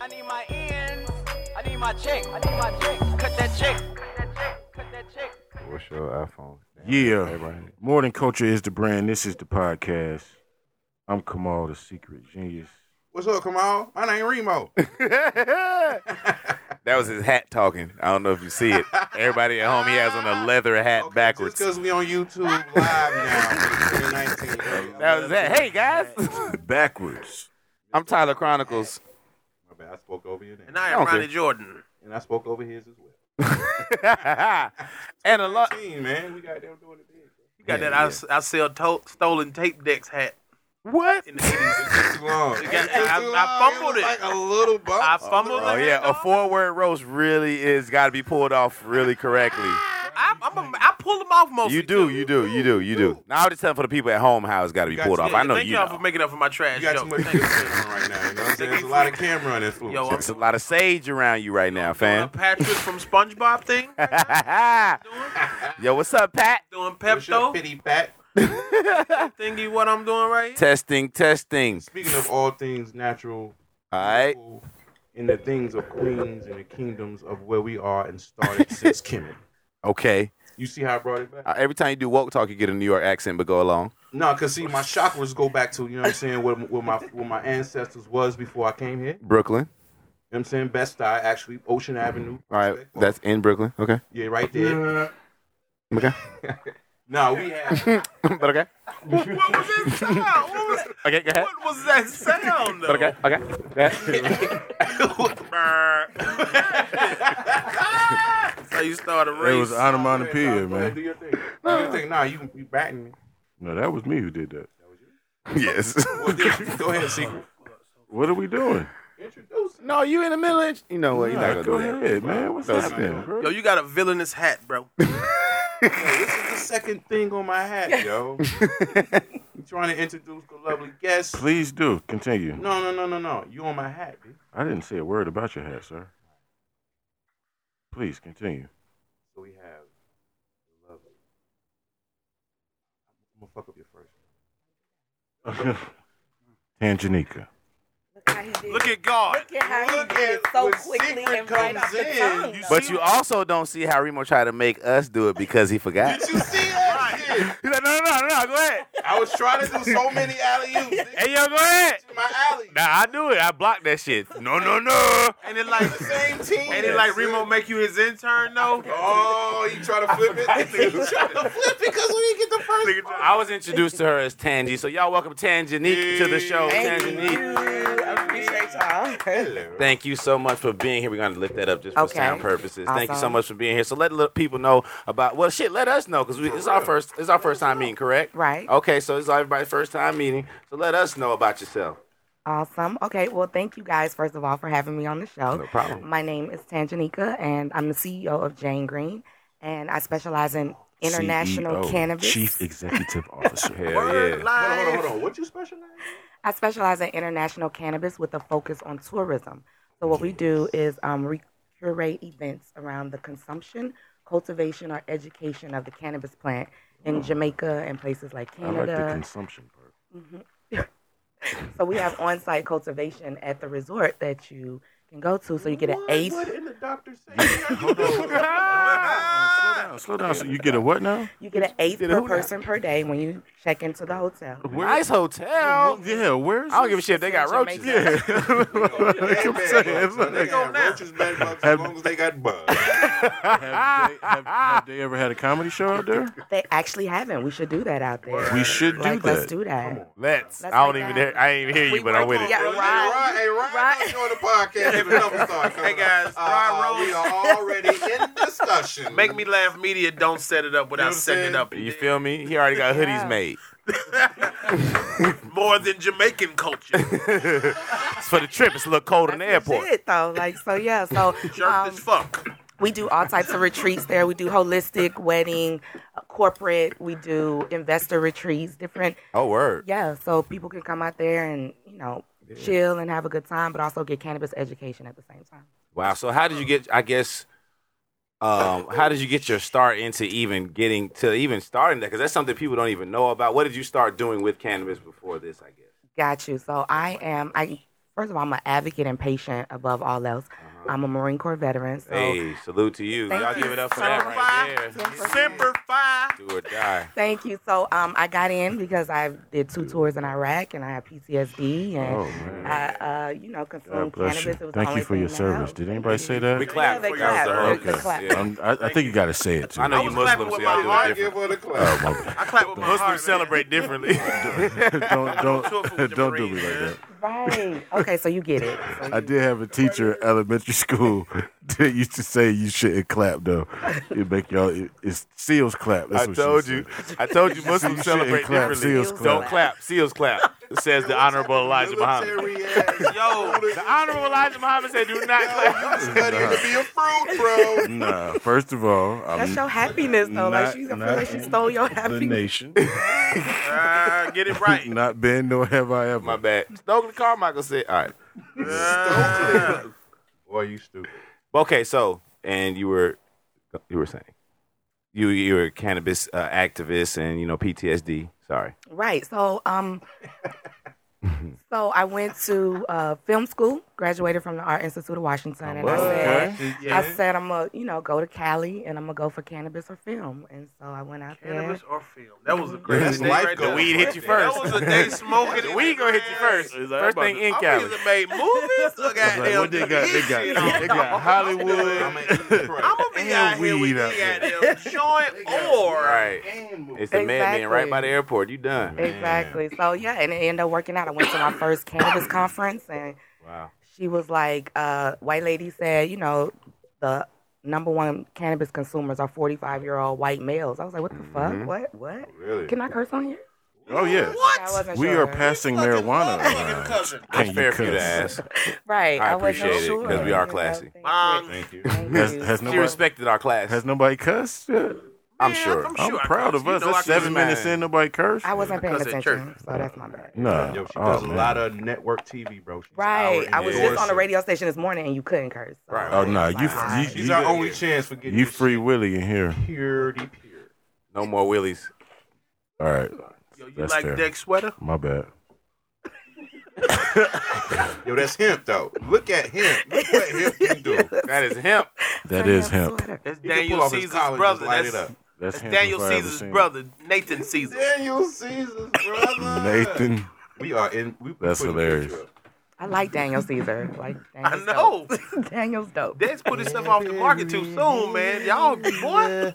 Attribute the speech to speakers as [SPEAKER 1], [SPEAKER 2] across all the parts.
[SPEAKER 1] I need my ends. I need my check. I need my check. Cut that check. Cut that check. Cut that check.
[SPEAKER 2] What's your iPhone?
[SPEAKER 3] Yeah.
[SPEAKER 2] Everybody-
[SPEAKER 3] More than culture is the brand. This is the podcast. I'm Kamal, the secret genius.
[SPEAKER 2] What's up, Kamal? My name Remo.
[SPEAKER 4] that was his hat talking. I don't know if you see it. Everybody at home, he has on a leather hat
[SPEAKER 2] Okay,
[SPEAKER 4] backwards.
[SPEAKER 2] Just because we on YouTube live now. 2019, yeah,
[SPEAKER 4] That was that. Hey guys,
[SPEAKER 3] Backwards.
[SPEAKER 4] I'm Tyler Chronicles.
[SPEAKER 2] My bad. I spoke over your name.
[SPEAKER 5] And I
[SPEAKER 4] I
[SPEAKER 5] am
[SPEAKER 4] don't
[SPEAKER 5] Ronnie
[SPEAKER 4] care.
[SPEAKER 5] Jordan.
[SPEAKER 2] And I spoke over his as well.
[SPEAKER 4] and a lot.
[SPEAKER 2] Team, man. We got them doing it big.
[SPEAKER 5] You got that I s- I, sell to- stolen tape decks hat
[SPEAKER 4] What?
[SPEAKER 5] in the 80s.
[SPEAKER 2] Too long. It
[SPEAKER 5] got-
[SPEAKER 2] took too
[SPEAKER 5] I- I
[SPEAKER 2] long.
[SPEAKER 5] fumbled
[SPEAKER 2] was
[SPEAKER 5] it.
[SPEAKER 2] Like a little bump.
[SPEAKER 5] I fumbled
[SPEAKER 4] Oh
[SPEAKER 5] the
[SPEAKER 4] yeah, a
[SPEAKER 5] handle.
[SPEAKER 4] four-word roast really is got to be pulled off really correctly.
[SPEAKER 5] I, I'm a, I pull them off most.
[SPEAKER 4] You do, you do, you do, you do. Now I'm just telling for the people at home how it's got to be
[SPEAKER 2] You got
[SPEAKER 4] pulled
[SPEAKER 2] to-
[SPEAKER 4] off. I know
[SPEAKER 5] thank
[SPEAKER 4] you
[SPEAKER 5] all
[SPEAKER 4] know.
[SPEAKER 5] for making up for my trash
[SPEAKER 2] You got too
[SPEAKER 5] joke.
[SPEAKER 2] much
[SPEAKER 5] Thank you.
[SPEAKER 2] influence on right now. You know what I'm saying?
[SPEAKER 5] Thank
[SPEAKER 2] There's a
[SPEAKER 5] you.
[SPEAKER 2] lot of camera on influence.
[SPEAKER 5] Yo, I'm
[SPEAKER 4] It's a lot of sage around you right now,
[SPEAKER 5] Uh,
[SPEAKER 4] fam.
[SPEAKER 5] Patrick from SpongeBob thing doing,
[SPEAKER 4] Yo, what's up, Pat?
[SPEAKER 5] doing
[SPEAKER 2] What's your
[SPEAKER 5] Pepto
[SPEAKER 2] pity pat?
[SPEAKER 5] thingy. What I'm doing right here.
[SPEAKER 4] Testing, testing.
[SPEAKER 2] Speaking of all things natural,
[SPEAKER 4] All right.
[SPEAKER 2] in the things of queens and the kingdoms of where we are and started since Kemet.
[SPEAKER 4] Okay.
[SPEAKER 2] You see how I brought it back?
[SPEAKER 4] Uh, every time you do walk talk, you get a New York accent, but go along.
[SPEAKER 2] No, cause see, my chakras go back to you know what I'm saying, where, where my where my ancestors was before I came here. You know
[SPEAKER 4] Brooklyn.
[SPEAKER 2] what I'm saying Best Eye, actually Ocean Avenue.
[SPEAKER 4] Mm-hmm. All right. That's in Brooklyn. Okay.
[SPEAKER 2] yeah, right there.
[SPEAKER 4] Okay.
[SPEAKER 2] No, we have
[SPEAKER 4] but okay.
[SPEAKER 5] What was that sound? What was,
[SPEAKER 4] Okay, go ahead.
[SPEAKER 5] what was that sound?
[SPEAKER 4] But okay.
[SPEAKER 5] though?
[SPEAKER 4] Okay. Go ahead.
[SPEAKER 5] So you started
[SPEAKER 3] It
[SPEAKER 5] race.
[SPEAKER 3] was
[SPEAKER 4] uh,
[SPEAKER 3] onomatopoeia, man.
[SPEAKER 2] Do your thing. Do your thing. Nah, you you batting me.
[SPEAKER 3] No, that was me who did that.
[SPEAKER 4] yes.
[SPEAKER 2] Well, then, go ahead, secret.
[SPEAKER 3] What are we doing?
[SPEAKER 2] Introduce. it.
[SPEAKER 4] no, you in the middle. Of, you know what? You're not
[SPEAKER 3] Nah,
[SPEAKER 4] gonna
[SPEAKER 3] go
[SPEAKER 4] do that.
[SPEAKER 3] ahead, man. What's
[SPEAKER 4] Those-
[SPEAKER 3] happening, bro?
[SPEAKER 5] Yo, you got a villainous hat, bro.
[SPEAKER 2] Yo, this is the second thing on my hat, yo. you trying to introduce the lovely guest?
[SPEAKER 3] Please do continue.
[SPEAKER 2] No, no, no, no, no. You on my hat, dude.
[SPEAKER 3] I didn't say a word about your hat, sir. Please continue.
[SPEAKER 2] So we have the lovely. I'm gonna fuck up your first.
[SPEAKER 3] Tanjanika.
[SPEAKER 6] Look how he did.
[SPEAKER 5] Look at God.
[SPEAKER 6] Look at how
[SPEAKER 2] Look
[SPEAKER 6] he did it
[SPEAKER 2] at
[SPEAKER 6] so
[SPEAKER 2] what
[SPEAKER 6] quickly
[SPEAKER 2] secret
[SPEAKER 6] and right off the
[SPEAKER 2] comes in.
[SPEAKER 6] tongue.
[SPEAKER 2] You
[SPEAKER 6] though.
[SPEAKER 4] But you also don't see how Remo tried to make us do it because he forgot.
[SPEAKER 2] Did you see that shit?
[SPEAKER 4] He's like, no, no, no, no, go ahead.
[SPEAKER 2] I was trying to do so many alley oops
[SPEAKER 4] Hey, yo, go ahead.
[SPEAKER 2] in my alley.
[SPEAKER 4] Nah, I knew it. I blocked that shit. No, no, no.
[SPEAKER 5] And it like,
[SPEAKER 2] The same team.
[SPEAKER 5] and it like Remo make you his intern though.
[SPEAKER 2] Oh, you try to flip it? you try to flip it because we didn't get the first.
[SPEAKER 4] I was introduced to her as Tangy, so y'all welcome Tangenique to the show.
[SPEAKER 6] Thank
[SPEAKER 4] Tangenique.
[SPEAKER 6] you. I appreciate y'all.
[SPEAKER 2] Hello.
[SPEAKER 4] Thank you so much for being here. We're gonna lift that up just for
[SPEAKER 6] Okay.
[SPEAKER 4] sound purposes. Thank you so
[SPEAKER 6] Awesome.
[SPEAKER 4] much for being here. So let little people know about well, shit. Let us know because it's our first. It's our first time meeting, correct?
[SPEAKER 6] Right.
[SPEAKER 4] Okay, so it's everybody's first time meeting. So let us know about yourself.
[SPEAKER 6] Awesome. Okay. Well, thank you guys, first of all, for having me on the show.
[SPEAKER 4] No problem.
[SPEAKER 6] My name is Tanjanika, and I'm the CEO of Jane Green, and I specialize in international
[SPEAKER 3] CEO,
[SPEAKER 6] cannabis.
[SPEAKER 3] E Chief Executive Officer.
[SPEAKER 4] Hell yeah.
[SPEAKER 5] Word
[SPEAKER 2] Hold on, hold on,
[SPEAKER 5] life.
[SPEAKER 2] hold on. What you specialize?
[SPEAKER 6] I specialize in international cannabis with a focus on tourism. So what we do is um, we curate events around the consumption, cultivation, or education of the cannabis plant in Jamaica and places like
[SPEAKER 3] I like the
[SPEAKER 6] Canada.
[SPEAKER 3] consumption part.
[SPEAKER 6] so we have on-site cultivation at the resort that you can go to, so you get an
[SPEAKER 2] What,
[SPEAKER 6] eighth.
[SPEAKER 2] what in the doctor say? Hold on.
[SPEAKER 3] Slow down, slow down. So you get a what now?
[SPEAKER 6] You get an eighth
[SPEAKER 4] Get a
[SPEAKER 6] per
[SPEAKER 4] who now?
[SPEAKER 6] person per day when you check into the hotel.
[SPEAKER 4] Nice hotel.
[SPEAKER 3] Yeah, where's
[SPEAKER 4] I don't give a shit if they got roaches.
[SPEAKER 6] Jamaica.
[SPEAKER 3] I'm saying.
[SPEAKER 2] They got roaches, bed bugs, as long as they got bugs.
[SPEAKER 3] Have they, have, have they ever had a comedy show out there?
[SPEAKER 6] They actually haven't. We should do that out there.
[SPEAKER 3] We should do
[SPEAKER 6] like,
[SPEAKER 3] that.
[SPEAKER 6] let's do that.
[SPEAKER 4] Let's.
[SPEAKER 6] Let's
[SPEAKER 4] I don't
[SPEAKER 6] make
[SPEAKER 4] even
[SPEAKER 6] that
[SPEAKER 4] hear. I didn't even hear you, but I'm with it.
[SPEAKER 6] Yeah,
[SPEAKER 2] Well,
[SPEAKER 6] Rod.
[SPEAKER 2] Hey, Rod,
[SPEAKER 6] Rod.
[SPEAKER 2] don't join the podcast. if the numbers start coming
[SPEAKER 5] Hey, guys,
[SPEAKER 2] up.
[SPEAKER 5] Rod Rose.
[SPEAKER 2] We are already in discussion.
[SPEAKER 5] Make me laugh. Media don't set it up
[SPEAKER 2] You know
[SPEAKER 5] without
[SPEAKER 2] what I'm
[SPEAKER 5] setting it up.
[SPEAKER 4] You feel me? He already got hoodies
[SPEAKER 6] Yeah.
[SPEAKER 4] made.
[SPEAKER 5] more than Jamaican culture.
[SPEAKER 4] It's for the trip. It's a little cold in the airport.
[SPEAKER 6] Legit, though. Like so, yeah. So
[SPEAKER 5] Jerked
[SPEAKER 6] um,
[SPEAKER 5] as fuck.
[SPEAKER 6] we do all types of retreats there. We do holistic, wedding, uh, corporate. We do investor retreats, different.
[SPEAKER 4] Oh word.
[SPEAKER 6] Yeah, so people can come out there and you know chill and have a good time, but also get cannabis education at the same time.
[SPEAKER 4] Wow. So how did you get? I guess. Um, how did you get your start into even getting to even starting that? Because that's something people don't even know about. What did you start doing with cannabis before this? I guess.
[SPEAKER 6] Got you. So I am. I First of all, I'm an advocate and patient above all else.
[SPEAKER 3] Uh-huh.
[SPEAKER 6] I'm a Marine Corps veteran, so
[SPEAKER 7] Hey, salute to you.
[SPEAKER 6] Thank
[SPEAKER 7] Y'all
[SPEAKER 6] you
[SPEAKER 7] give it up for that right there.
[SPEAKER 5] Semper Fi.
[SPEAKER 7] Do or die.
[SPEAKER 6] Thank you. So um, I got in because I did two tours in Iraq and I had PTSD
[SPEAKER 3] Mm.
[SPEAKER 6] and
[SPEAKER 3] Oh, man.
[SPEAKER 6] I, uh, you know,
[SPEAKER 3] God
[SPEAKER 6] consumed
[SPEAKER 3] bless
[SPEAKER 6] cannabis.
[SPEAKER 3] you.
[SPEAKER 6] It was the
[SPEAKER 3] Thank
[SPEAKER 6] only
[SPEAKER 3] you for your
[SPEAKER 6] thing that
[SPEAKER 3] service.
[SPEAKER 6] helped.
[SPEAKER 3] Did anybody say that?
[SPEAKER 7] We clapped.
[SPEAKER 6] they
[SPEAKER 7] for you. That was
[SPEAKER 6] clapped.
[SPEAKER 7] the
[SPEAKER 6] They
[SPEAKER 7] whole
[SPEAKER 6] clapped.
[SPEAKER 7] Yeah.
[SPEAKER 3] I'm, I, I think you got to say it too. Oh,
[SPEAKER 7] I know you
[SPEAKER 5] was clapping
[SPEAKER 7] Muslims, so
[SPEAKER 5] with
[SPEAKER 7] y'all
[SPEAKER 5] my
[SPEAKER 7] do
[SPEAKER 5] heart.
[SPEAKER 7] it
[SPEAKER 2] Give
[SPEAKER 7] different.
[SPEAKER 2] her the clap.
[SPEAKER 5] I clap with my heart.
[SPEAKER 7] Muslims celebrate differently.
[SPEAKER 3] don't
[SPEAKER 5] Took
[SPEAKER 3] don't
[SPEAKER 5] it with the
[SPEAKER 3] don't do me
[SPEAKER 5] Marines,
[SPEAKER 3] like
[SPEAKER 5] man.
[SPEAKER 3] that.
[SPEAKER 6] Right. Okay, so you get it. So
[SPEAKER 3] I
[SPEAKER 6] you-
[SPEAKER 3] did have a teacher at elementary school that used to say you shouldn't clap though. It make y'all it, it's seals clap. That's
[SPEAKER 7] I
[SPEAKER 3] what she
[SPEAKER 7] told
[SPEAKER 3] said.
[SPEAKER 7] you. I told you
[SPEAKER 3] You
[SPEAKER 7] Muslims
[SPEAKER 3] shouldn't
[SPEAKER 7] celebrate
[SPEAKER 3] clap,
[SPEAKER 7] differently.
[SPEAKER 3] seals
[SPEAKER 7] Don't
[SPEAKER 6] clap.
[SPEAKER 7] clap. Seals clap. Says the Honorable Elijah Muhammad.
[SPEAKER 2] Military ass.
[SPEAKER 5] Yo,
[SPEAKER 7] The Honorable Elijah Muhammad said, "Do not clap."
[SPEAKER 2] Studying to be a fruit, bro.
[SPEAKER 3] Nah, first of all, I'm
[SPEAKER 6] That's your happiness, though. like,
[SPEAKER 3] not-
[SPEAKER 6] she, I feel
[SPEAKER 3] not
[SPEAKER 6] like she stole your
[SPEAKER 3] the
[SPEAKER 6] happiness.
[SPEAKER 3] nation.
[SPEAKER 5] uh, get it right.
[SPEAKER 3] Not been nor have I ever.
[SPEAKER 7] My bad. Stokely Carmichael said, "All right."
[SPEAKER 5] Uh,
[SPEAKER 2] Boy, you stupid.
[SPEAKER 7] Okay, so and you were you were saying you you were a cannabis uh, activist and you know PTSD. Sorry.
[SPEAKER 6] Right. So, um, so I went to uh, film school, graduated from the Art Institute of Washington,
[SPEAKER 3] Oh,
[SPEAKER 6] and I said, I said I'm gonna, you know, go to Cali and I'm gonna go for cannabis or film. And so I went out
[SPEAKER 5] Cannabis
[SPEAKER 6] there.
[SPEAKER 5] or film? That was a
[SPEAKER 2] That's
[SPEAKER 5] great day
[SPEAKER 2] life
[SPEAKER 5] right
[SPEAKER 2] goal.
[SPEAKER 5] there.
[SPEAKER 7] The weed hit you
[SPEAKER 5] That
[SPEAKER 7] first.
[SPEAKER 5] was a day smoking.
[SPEAKER 7] The
[SPEAKER 5] in
[SPEAKER 7] weed gonna hit you
[SPEAKER 5] grass.
[SPEAKER 7] first. First thing in
[SPEAKER 5] I'm
[SPEAKER 7] Cali.
[SPEAKER 5] either made movies or
[SPEAKER 3] It's like,
[SPEAKER 5] goddamn
[SPEAKER 3] what they got? They got,
[SPEAKER 5] shit
[SPEAKER 3] they got Hollywood.
[SPEAKER 2] I'm an easy prey.
[SPEAKER 5] I'm gonna be
[SPEAKER 3] And
[SPEAKER 5] out here with
[SPEAKER 3] weed out
[SPEAKER 5] the
[SPEAKER 3] there.
[SPEAKER 5] goddamn joint or
[SPEAKER 7] Right. It's the madman right
[SPEAKER 6] Exactly.
[SPEAKER 7] by the airport. You done.
[SPEAKER 6] Exactly. So yeah, and it ended up working out. I went to my first cannabis conference, and
[SPEAKER 7] Wow.
[SPEAKER 6] she was like, uh, "White lady said, you know, the number one cannabis consumers are 45 year old white males." I was like, "What the fuck? What? What?
[SPEAKER 2] Really?
[SPEAKER 6] Can I curse on here?"
[SPEAKER 3] Oh yeah,
[SPEAKER 6] I
[SPEAKER 5] Mm-hmm. what?
[SPEAKER 6] wasn't
[SPEAKER 3] we
[SPEAKER 6] sure.
[SPEAKER 3] are passing
[SPEAKER 5] Fucking
[SPEAKER 3] marijuana.
[SPEAKER 5] love fucking
[SPEAKER 3] around.
[SPEAKER 5] cousin.
[SPEAKER 3] Can
[SPEAKER 7] That's fair for you to
[SPEAKER 3] cuss?
[SPEAKER 7] ask.
[SPEAKER 6] Right.
[SPEAKER 7] I
[SPEAKER 6] wasn't
[SPEAKER 7] appreciate it,
[SPEAKER 6] sure.
[SPEAKER 7] 'cause we are
[SPEAKER 6] You know,
[SPEAKER 7] classy.
[SPEAKER 6] thank
[SPEAKER 5] Mom,
[SPEAKER 6] you.
[SPEAKER 2] Thank you.
[SPEAKER 6] Thank
[SPEAKER 3] Has,
[SPEAKER 6] you.
[SPEAKER 3] has
[SPEAKER 7] She
[SPEAKER 3] nobody
[SPEAKER 7] respected our class.
[SPEAKER 3] has nobody cussed? Yeah.
[SPEAKER 7] I'm
[SPEAKER 5] Yeah,
[SPEAKER 7] sure.
[SPEAKER 5] I'm
[SPEAKER 3] I'm
[SPEAKER 5] sure I
[SPEAKER 3] proud
[SPEAKER 5] cussed.
[SPEAKER 3] of
[SPEAKER 5] You
[SPEAKER 3] us.
[SPEAKER 5] know I
[SPEAKER 3] That's seven
[SPEAKER 5] cussed.
[SPEAKER 3] minutes in. Nobody cursed.
[SPEAKER 6] I wasn't paying
[SPEAKER 5] Because at
[SPEAKER 6] attention, so that's my bad.
[SPEAKER 3] Nah.
[SPEAKER 2] Yo, she
[SPEAKER 3] Oh,
[SPEAKER 2] does a
[SPEAKER 3] man.
[SPEAKER 2] lot of network TV, bro. She's
[SPEAKER 6] Right.
[SPEAKER 2] our
[SPEAKER 6] I was just
[SPEAKER 2] endorsement.
[SPEAKER 6] on the radio station this morning, and you couldn't curse. so-
[SPEAKER 7] Right.
[SPEAKER 3] Oh no, you
[SPEAKER 6] Wow.
[SPEAKER 3] you,
[SPEAKER 2] She's
[SPEAKER 3] you,
[SPEAKER 2] our only chance for getting
[SPEAKER 3] you
[SPEAKER 2] this
[SPEAKER 3] free Willie in here.
[SPEAKER 2] shit purity pure.
[SPEAKER 7] No more willies.
[SPEAKER 3] All right,
[SPEAKER 5] Yo, you
[SPEAKER 3] That's
[SPEAKER 5] like
[SPEAKER 3] fair.
[SPEAKER 5] Deck sweater?
[SPEAKER 3] my bad.
[SPEAKER 2] Yo, that's him though. Look at him. Look what him can do.
[SPEAKER 7] That is him.
[SPEAKER 3] That
[SPEAKER 6] Turn
[SPEAKER 3] is
[SPEAKER 6] your
[SPEAKER 3] him.
[SPEAKER 6] sweater.
[SPEAKER 5] That's
[SPEAKER 2] He can
[SPEAKER 5] Daniel
[SPEAKER 2] pull off his
[SPEAKER 5] Caesar's
[SPEAKER 2] collar and just
[SPEAKER 5] brother.
[SPEAKER 2] light it
[SPEAKER 5] That's,
[SPEAKER 2] up.
[SPEAKER 3] That's
[SPEAKER 5] that's
[SPEAKER 3] him
[SPEAKER 5] Daniel
[SPEAKER 3] before I ever
[SPEAKER 5] Caesar's
[SPEAKER 3] seen him.
[SPEAKER 5] brother, Nathan Caesar.
[SPEAKER 2] Daniel Caesar's brother.
[SPEAKER 3] Nathan.
[SPEAKER 2] We are in. We
[SPEAKER 3] That's
[SPEAKER 2] putting
[SPEAKER 3] hilarious.
[SPEAKER 2] picture up.
[SPEAKER 6] I like Daniel Caesar. Like
[SPEAKER 5] I
[SPEAKER 6] Daniel's
[SPEAKER 5] know.
[SPEAKER 6] Dope. Daniel's dope.
[SPEAKER 5] Dex put himself off the market too soon, man. Y'all, boy.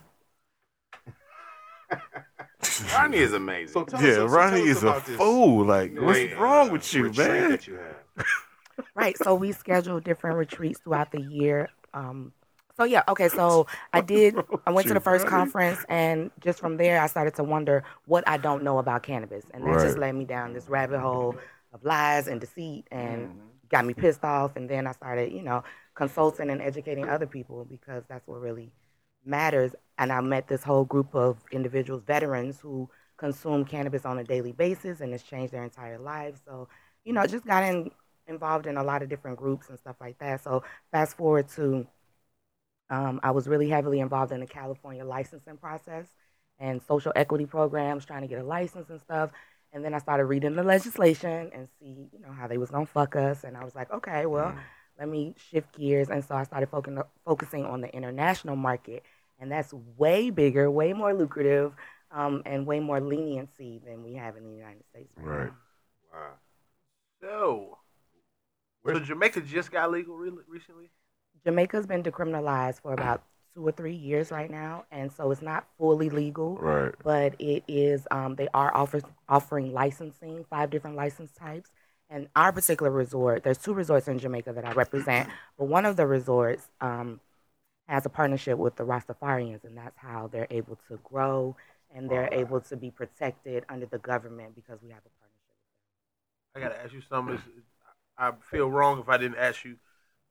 [SPEAKER 7] Ronnie is amazing.
[SPEAKER 2] So tell us,
[SPEAKER 3] Yeah,
[SPEAKER 2] so
[SPEAKER 3] Ronnie
[SPEAKER 2] tell us
[SPEAKER 3] is a
[SPEAKER 2] about this
[SPEAKER 3] fool. Like, what's
[SPEAKER 7] Wait,
[SPEAKER 3] wrong with you,
[SPEAKER 2] retreat
[SPEAKER 3] man?
[SPEAKER 2] That you have.
[SPEAKER 6] Right. So we schedule different retreats throughout the year. Um, so yeah, okay. So I did. I went to the first conference, and just from there, I started to wonder what I don't know about cannabis, and that just
[SPEAKER 3] Right.
[SPEAKER 6] led me down this rabbit hole of lies and deceit, and got me pissed off. And then I started, you know, consulting and educating other people because that's what really matters. And I met this whole group of individuals, veterans who consume cannabis on a daily basis, and it's changed their entire lives. So you know, just got in, involved in a lot of different groups and stuff like that. So fast forward to, um, I was really heavily involved in the California licensing process and social equity programs, trying to get a license and stuff. And then I started reading the legislation and see, you know, how they was gonna fuck us. And I was like, okay, well, let me shift gears. And so I started focusing focusing on the international market, and that's way bigger, way more lucrative, um, and way more leniency than we have in the United States.
[SPEAKER 3] Right.
[SPEAKER 6] now.
[SPEAKER 5] So, so Jamaica just got legal re- recently.
[SPEAKER 6] Jamaica's been decriminalized for about two or three years right now, and so it's not fully legal,
[SPEAKER 3] Right.
[SPEAKER 6] but it is. Um, they are offer, offering licensing, five different license types. And our particular resort, there's two resorts in Jamaica that I represent, but one of the resorts um, has a partnership with the Rastafarians, and that's how they're able to grow and they're able to be protected under the government because we have a partnership.
[SPEAKER 5] I gotta ask you something. It's- I feel wrong if I didn't ask you.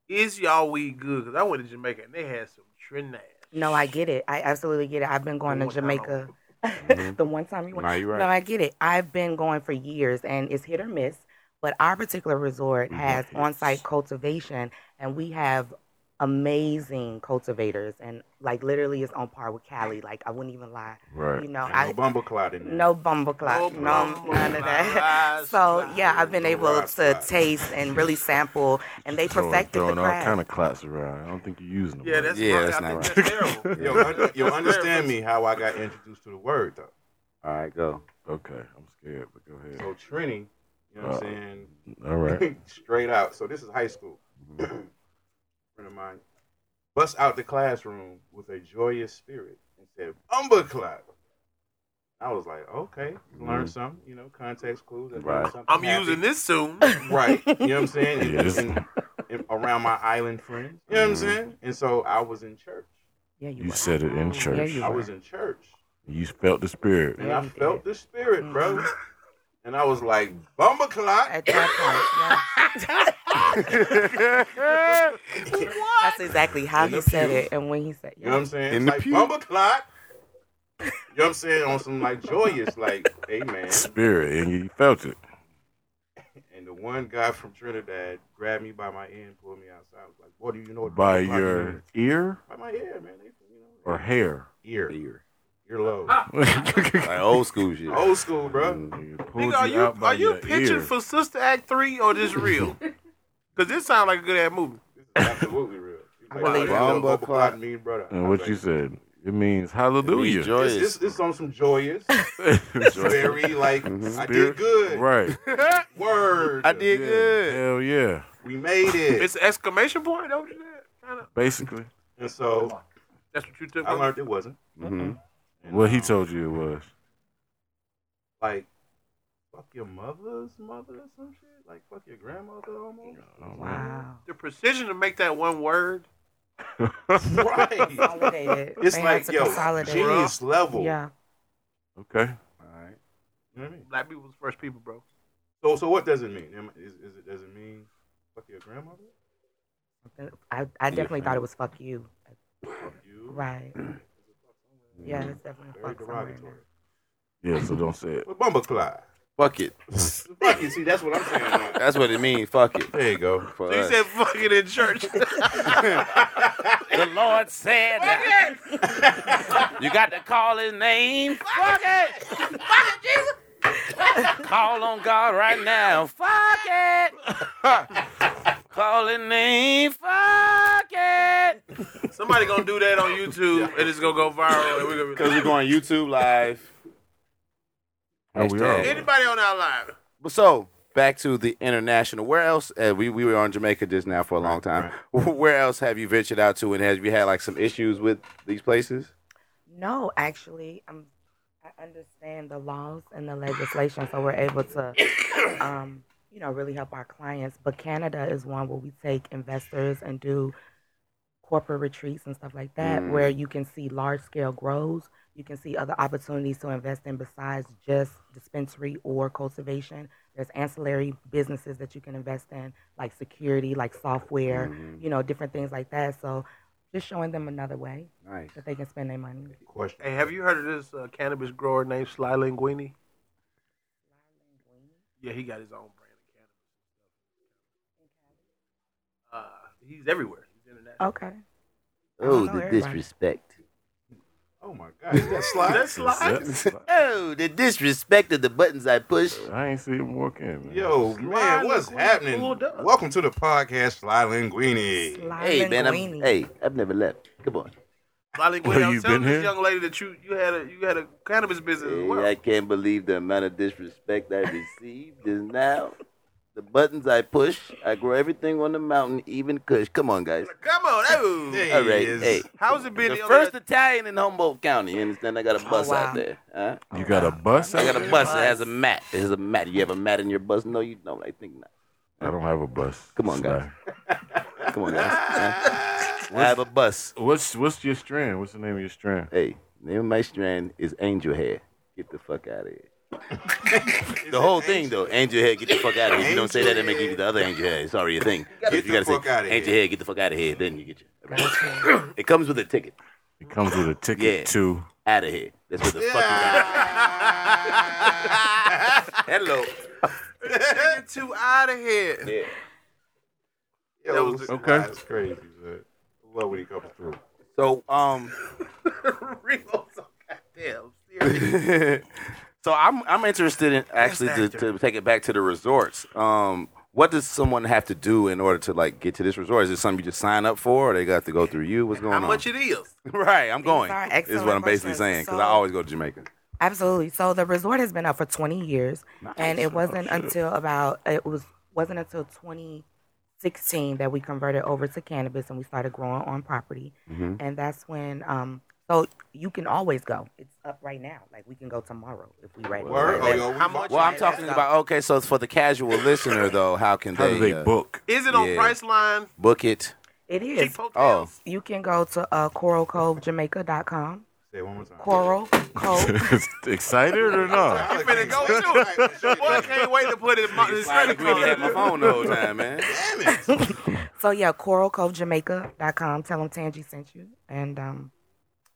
[SPEAKER 5] Is y'all weed good? Cause I went to Jamaica and they had some trinash.
[SPEAKER 6] No, I get it. I absolutely get it. I've been going to
[SPEAKER 5] one time I
[SPEAKER 6] Jamaica
[SPEAKER 3] Mm-hmm.
[SPEAKER 6] the one time you went.
[SPEAKER 7] Nah, you right.
[SPEAKER 6] No, I get it. I've been going for years and it's hit or
[SPEAKER 3] Mm-hmm.
[SPEAKER 6] miss, but our particular resort has on site cultivation and we have amazing cultivators, and like literally it's on par with Cali. Like I wouldn't even lie.
[SPEAKER 3] Right.
[SPEAKER 6] You know,
[SPEAKER 2] Ain't
[SPEAKER 6] I
[SPEAKER 2] no bumble clot in there.
[SPEAKER 6] no bumble clock, no,
[SPEAKER 5] bumble
[SPEAKER 6] none of that.
[SPEAKER 5] clots,
[SPEAKER 6] So yeah, I've been
[SPEAKER 2] no
[SPEAKER 6] able
[SPEAKER 2] rice
[SPEAKER 6] to
[SPEAKER 2] clots.
[SPEAKER 6] taste and really sample, and they
[SPEAKER 3] Throwing-
[SPEAKER 6] perfected the
[SPEAKER 3] throwing all kind
[SPEAKER 6] craft.
[SPEAKER 3] of claps around. I don't think you're using them.
[SPEAKER 5] Yeah, that's
[SPEAKER 4] Yeah,
[SPEAKER 5] yeah,
[SPEAKER 4] that's
[SPEAKER 5] I
[SPEAKER 4] not
[SPEAKER 5] think that's terrible.
[SPEAKER 2] Yo, un- yo, understand me how I got introduced to the word though.
[SPEAKER 4] All right, go.
[SPEAKER 3] okay. I'm scared, but go ahead.
[SPEAKER 2] So Trini, you know what I'm
[SPEAKER 3] All Uh, right. Mm-hmm.
[SPEAKER 2] saying? Straight out. So this is high school. Friend of mine bust out the classroom with a joyous spirit and said, "Umber clap." I was like, "Okay, learn something, you know, context clues." that
[SPEAKER 3] Mm-hmm. Right.
[SPEAKER 2] means something
[SPEAKER 5] I'm
[SPEAKER 2] happy.
[SPEAKER 5] using this soon.
[SPEAKER 2] Right. You know what I'm saying? And-
[SPEAKER 3] Yes. Mm-hmm.
[SPEAKER 2] and- and around my island friends. You know what I'm saying? And so I was in church.
[SPEAKER 6] Yeah, you,
[SPEAKER 3] You
[SPEAKER 6] were.
[SPEAKER 3] said it in church.
[SPEAKER 6] you
[SPEAKER 2] I
[SPEAKER 6] were.
[SPEAKER 2] was in church.
[SPEAKER 3] You felt the spirit.
[SPEAKER 2] And
[SPEAKER 6] Yeah,
[SPEAKER 2] I
[SPEAKER 6] you
[SPEAKER 2] felt the spirit, bro. And I was like, Bumba Clock.
[SPEAKER 6] At that point, yeah. That's exactly how
[SPEAKER 2] In
[SPEAKER 6] he
[SPEAKER 2] the
[SPEAKER 6] said
[SPEAKER 2] pew.
[SPEAKER 6] it and when he said
[SPEAKER 2] You know what
[SPEAKER 6] yeah.
[SPEAKER 2] I'm saying?
[SPEAKER 3] In
[SPEAKER 2] It's
[SPEAKER 3] the
[SPEAKER 2] like
[SPEAKER 3] pew.
[SPEAKER 2] Bumba Clock. You know what I'm saying? On some like joyous, like, amen.
[SPEAKER 3] spirit, and you felt it.
[SPEAKER 2] And the one guy from Trinidad grabbed me by my ear and pulled me outside. I was like, Boy, do you know what
[SPEAKER 3] By
[SPEAKER 2] Bumba Clock
[SPEAKER 3] your
[SPEAKER 2] means?"
[SPEAKER 3] ear
[SPEAKER 2] by my ear, man. They, you know,
[SPEAKER 3] or hair?
[SPEAKER 2] ear.
[SPEAKER 4] Ear.
[SPEAKER 2] Ear low.
[SPEAKER 3] Ah.
[SPEAKER 4] Like old school shit.
[SPEAKER 2] Old school, bro.
[SPEAKER 3] Nigga pulled
[SPEAKER 5] Nigga, are you
[SPEAKER 3] out by
[SPEAKER 5] are you
[SPEAKER 3] your
[SPEAKER 5] pitching
[SPEAKER 3] ear.
[SPEAKER 5] for Sister Act three or this real? Cause this sounds like a good ass movie.
[SPEAKER 2] This is absolutely real. He's like,
[SPEAKER 6] believe
[SPEAKER 2] "Oh, you know
[SPEAKER 4] it.
[SPEAKER 2] what Bumba Clock mean, brother. I
[SPEAKER 3] And what
[SPEAKER 2] was like,
[SPEAKER 3] you said? It means hallelujah.
[SPEAKER 4] Joyous.
[SPEAKER 2] It's, it's, it's on some joyous,
[SPEAKER 3] Spirit.
[SPEAKER 2] very like I
[SPEAKER 3] Mm-hmm. Spirit.
[SPEAKER 2] did good.
[SPEAKER 3] Right.
[SPEAKER 2] Word.
[SPEAKER 4] I did good.
[SPEAKER 3] Hell yeah.
[SPEAKER 2] We made it.
[SPEAKER 5] It's an exclamation point, don't you? Kind of.
[SPEAKER 3] Basically,
[SPEAKER 2] and so
[SPEAKER 5] That's what you took.
[SPEAKER 2] I
[SPEAKER 5] from-
[SPEAKER 2] learned it wasn't.
[SPEAKER 4] Mm-hmm.
[SPEAKER 2] And,
[SPEAKER 3] what he
[SPEAKER 2] um,
[SPEAKER 3] told you it was.
[SPEAKER 2] like fuck your mother's mother or some shit. Like fuck your grandmother almost.
[SPEAKER 3] Oh,
[SPEAKER 6] Wow.
[SPEAKER 5] the precision to make that one word.
[SPEAKER 2] right.
[SPEAKER 6] Consolidated.
[SPEAKER 2] It's
[SPEAKER 6] They had
[SPEAKER 2] like
[SPEAKER 6] to
[SPEAKER 2] yo
[SPEAKER 6] consolidate.
[SPEAKER 2] genius level.
[SPEAKER 6] Yeah.
[SPEAKER 3] Okay.
[SPEAKER 2] All right. You know what I mean?
[SPEAKER 5] Black people was the first people, bro.
[SPEAKER 2] So so what does it mean? Am- Is, is it does it mean fuck your grandmother?
[SPEAKER 6] I, I definitely thought it was fuck you.
[SPEAKER 2] Fuck you.
[SPEAKER 6] Right. Yeah, that's definitely a
[SPEAKER 2] Mm-hmm. Very
[SPEAKER 6] fuck somewhere in
[SPEAKER 2] derogatory.
[SPEAKER 6] there.
[SPEAKER 3] Yeah. So don't say it.
[SPEAKER 2] But Bumba Clyde.
[SPEAKER 4] Fuck it.
[SPEAKER 2] Fuck you. See, that's what I'm saying. Now.
[SPEAKER 4] That's what it means. Fuck it.
[SPEAKER 2] There you go.
[SPEAKER 4] For
[SPEAKER 5] So you
[SPEAKER 4] us.
[SPEAKER 5] said fucking in church.
[SPEAKER 4] the Lord said that. you got to call his name. Fuck it. Fuck it, Jesus. call on God right now. Fuck it. call his name. Fuck it.
[SPEAKER 5] Somebody gonna do that on YouTube and it's gonna go viral. And we're gonna be like,
[SPEAKER 4] Because we're going YouTube live.
[SPEAKER 3] Oh, we
[SPEAKER 4] Hashtag.
[SPEAKER 3] are.
[SPEAKER 5] Anybody on our line?
[SPEAKER 4] But so back to the international. Where else? Uh, we we were on Jamaica just now for a long time. Where else have you ventured out to, and have you had like some issues with these places?
[SPEAKER 6] No, actually, I'm, I understand the laws and the legislation, so we're able to, um, you know, really help our clients. But Canada is one where we take investors and do corporate retreats and stuff like that, where you can see large scale grows. You can see other opportunities to invest in besides just dispensary or cultivation. There's ancillary businesses that you can invest in, like security, like software, you know, different things like that. So just showing them another way
[SPEAKER 4] Nice.
[SPEAKER 6] that they can spend their money.
[SPEAKER 2] Question.
[SPEAKER 5] Hey, have you heard of this uh, cannabis grower named Sly Linguini? Yeah, he got his own brand of cannabis. Uh, he's everywhere. He's international.
[SPEAKER 6] Okay. Oh, the
[SPEAKER 4] disrespect.
[SPEAKER 2] Oh my god, is that slide?
[SPEAKER 5] That's Sly.
[SPEAKER 4] Oh, the disrespect of the buttons I push.
[SPEAKER 3] I ain't see him walk in. Man.
[SPEAKER 2] Yo, man, what's
[SPEAKER 5] Linguini
[SPEAKER 2] happening?
[SPEAKER 5] pulled up.
[SPEAKER 2] Welcome to the podcast, Sly Linguini.
[SPEAKER 6] Sly
[SPEAKER 4] Hey man, I'm,
[SPEAKER 6] Linguini.
[SPEAKER 4] hey, I've never left. Come on,
[SPEAKER 5] Sly Linguini.
[SPEAKER 3] Well,
[SPEAKER 5] I
[SPEAKER 3] you
[SPEAKER 5] was telling
[SPEAKER 3] been here?
[SPEAKER 5] this young lady that you you had a you had a cannabis business as
[SPEAKER 4] Hey,
[SPEAKER 5] well.
[SPEAKER 4] I can't believe the amount of disrespect I received just now. The buttons I push, I grow everything on the mountain, even Kush. Come on, guys.
[SPEAKER 5] Come on, hey.
[SPEAKER 2] There
[SPEAKER 4] All
[SPEAKER 2] he
[SPEAKER 4] right,
[SPEAKER 2] is.
[SPEAKER 4] hey.
[SPEAKER 5] How's it been?
[SPEAKER 4] The
[SPEAKER 5] the other
[SPEAKER 4] first
[SPEAKER 5] day?
[SPEAKER 4] Italian in Humboldt County. You understand? I got a bus
[SPEAKER 6] wow.
[SPEAKER 4] out there. Huh?
[SPEAKER 3] You got a bus?
[SPEAKER 4] I got a
[SPEAKER 3] out
[SPEAKER 4] bus. It has a mat. It has a mat. You have a mat in your bus? No, you don't. I think not.
[SPEAKER 3] there? I don't have a bus.
[SPEAKER 4] Come on,
[SPEAKER 3] Sly.
[SPEAKER 4] guys. Come on, guys. Huh? I have a bus.
[SPEAKER 3] What's what's your strand? What's the name of your strand?
[SPEAKER 4] Hey, name of my strand is Angel Hair. Get the fuck out of here. the whole thing though, Angel Hair, get the fuck out of here. If you don't say that, they may give you the other Angel Hair. It's already a thing. But
[SPEAKER 2] the
[SPEAKER 4] you gotta
[SPEAKER 2] fuck
[SPEAKER 4] say
[SPEAKER 2] outta here.
[SPEAKER 4] Angel Hair, get the fuck out of here. Then you get your. it comes with a ticket.
[SPEAKER 3] It comes with a ticket
[SPEAKER 4] Yeah.
[SPEAKER 3] to.
[SPEAKER 4] Out of here. That's what the fuck you got. Hello.
[SPEAKER 5] Get two out of here.
[SPEAKER 4] Yeah.
[SPEAKER 2] Yo,
[SPEAKER 5] That was-
[SPEAKER 2] Sly
[SPEAKER 3] Okay.
[SPEAKER 2] is crazy, man. love when he comes through.
[SPEAKER 4] So um,
[SPEAKER 5] Rico's so goddamn serious.
[SPEAKER 4] so I'm I'm interested in actually to, to take it back to the resorts. Um, what does someone have to do in order to like get to this resort? Is it something you just sign up for, or they got to go through you? What's going
[SPEAKER 5] How
[SPEAKER 4] on?
[SPEAKER 5] much it is?
[SPEAKER 4] right, I'm going.
[SPEAKER 6] are
[SPEAKER 4] Is
[SPEAKER 6] excellent
[SPEAKER 4] what I'm basically saying
[SPEAKER 6] questions.
[SPEAKER 4] because I
[SPEAKER 6] So-
[SPEAKER 4] always go to Jamaica.
[SPEAKER 6] Absolutely. So the resort has been up for 20 years, and
[SPEAKER 4] Oh,
[SPEAKER 6] it wasn't until about it was wasn't until 2016 that we converted over to cannabis and we started growing on property,
[SPEAKER 4] Mm-hmm.
[SPEAKER 6] and that's when um. So you can always go. It's up right now. Like we can go tomorrow if we ready.
[SPEAKER 2] Word? Oh, yo, we
[SPEAKER 5] How
[SPEAKER 2] about-
[SPEAKER 5] much-
[SPEAKER 4] Well, I'm
[SPEAKER 6] Yeah,
[SPEAKER 4] talking
[SPEAKER 6] so-
[SPEAKER 4] about okay. So for the casual listener though, how can
[SPEAKER 3] How
[SPEAKER 4] they,
[SPEAKER 3] do they
[SPEAKER 4] uh,
[SPEAKER 3] book?
[SPEAKER 5] Is it on
[SPEAKER 4] Yeah.
[SPEAKER 5] Priceline?
[SPEAKER 4] book it? Oh.
[SPEAKER 6] It is.
[SPEAKER 5] Cheap hotels.
[SPEAKER 6] You can go to uh, coralcovejamaica.com.
[SPEAKER 2] Say it one more time.
[SPEAKER 6] Coral Cove.
[SPEAKER 4] Oh.
[SPEAKER 3] Excited or not?
[SPEAKER 5] You finna go too. Boy, I can't wait to put it in my his
[SPEAKER 4] Like,
[SPEAKER 5] credit
[SPEAKER 4] we had my
[SPEAKER 5] card.
[SPEAKER 4] phone the whole time, man.
[SPEAKER 6] so yeah, coralcovejamaica.com. Tell them Tangy sent you, and um.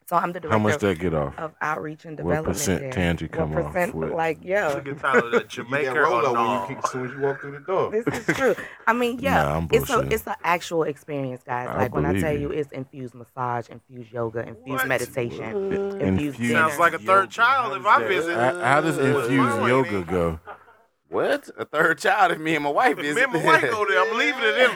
[SPEAKER 6] So I'm the director.
[SPEAKER 3] How much that get off?
[SPEAKER 6] of outreach and
[SPEAKER 3] What
[SPEAKER 6] development.
[SPEAKER 3] percent
[SPEAKER 6] there.
[SPEAKER 3] Tangi
[SPEAKER 6] What
[SPEAKER 3] come off
[SPEAKER 6] percent,
[SPEAKER 3] with?
[SPEAKER 6] Like, yeah,
[SPEAKER 5] Look at Tyler, the
[SPEAKER 2] You get
[SPEAKER 5] Jamaica
[SPEAKER 2] that
[SPEAKER 5] or
[SPEAKER 2] roll
[SPEAKER 5] no?
[SPEAKER 2] up when you keep, as soon as you walk through the door.
[SPEAKER 6] this is true. I mean, yeah,
[SPEAKER 3] Nah, I'm
[SPEAKER 6] it's a
[SPEAKER 3] bullshitting.
[SPEAKER 6] it's an actual experience, guys.
[SPEAKER 3] I
[SPEAKER 6] Like when I
[SPEAKER 3] believe
[SPEAKER 6] tell
[SPEAKER 3] you.
[SPEAKER 6] you, it's infused massage, infused yoga, infused
[SPEAKER 5] What?
[SPEAKER 6] meditation, infused.
[SPEAKER 3] Infused-
[SPEAKER 6] dinner.
[SPEAKER 5] Sounds like a third child if I visit.
[SPEAKER 3] How, how
[SPEAKER 4] Uh,
[SPEAKER 3] does infused
[SPEAKER 5] Mine ain't
[SPEAKER 3] yoga go?
[SPEAKER 4] What? A third child if me and my wife
[SPEAKER 5] If
[SPEAKER 4] is.
[SPEAKER 5] me and my wife go there, I'm leaving it in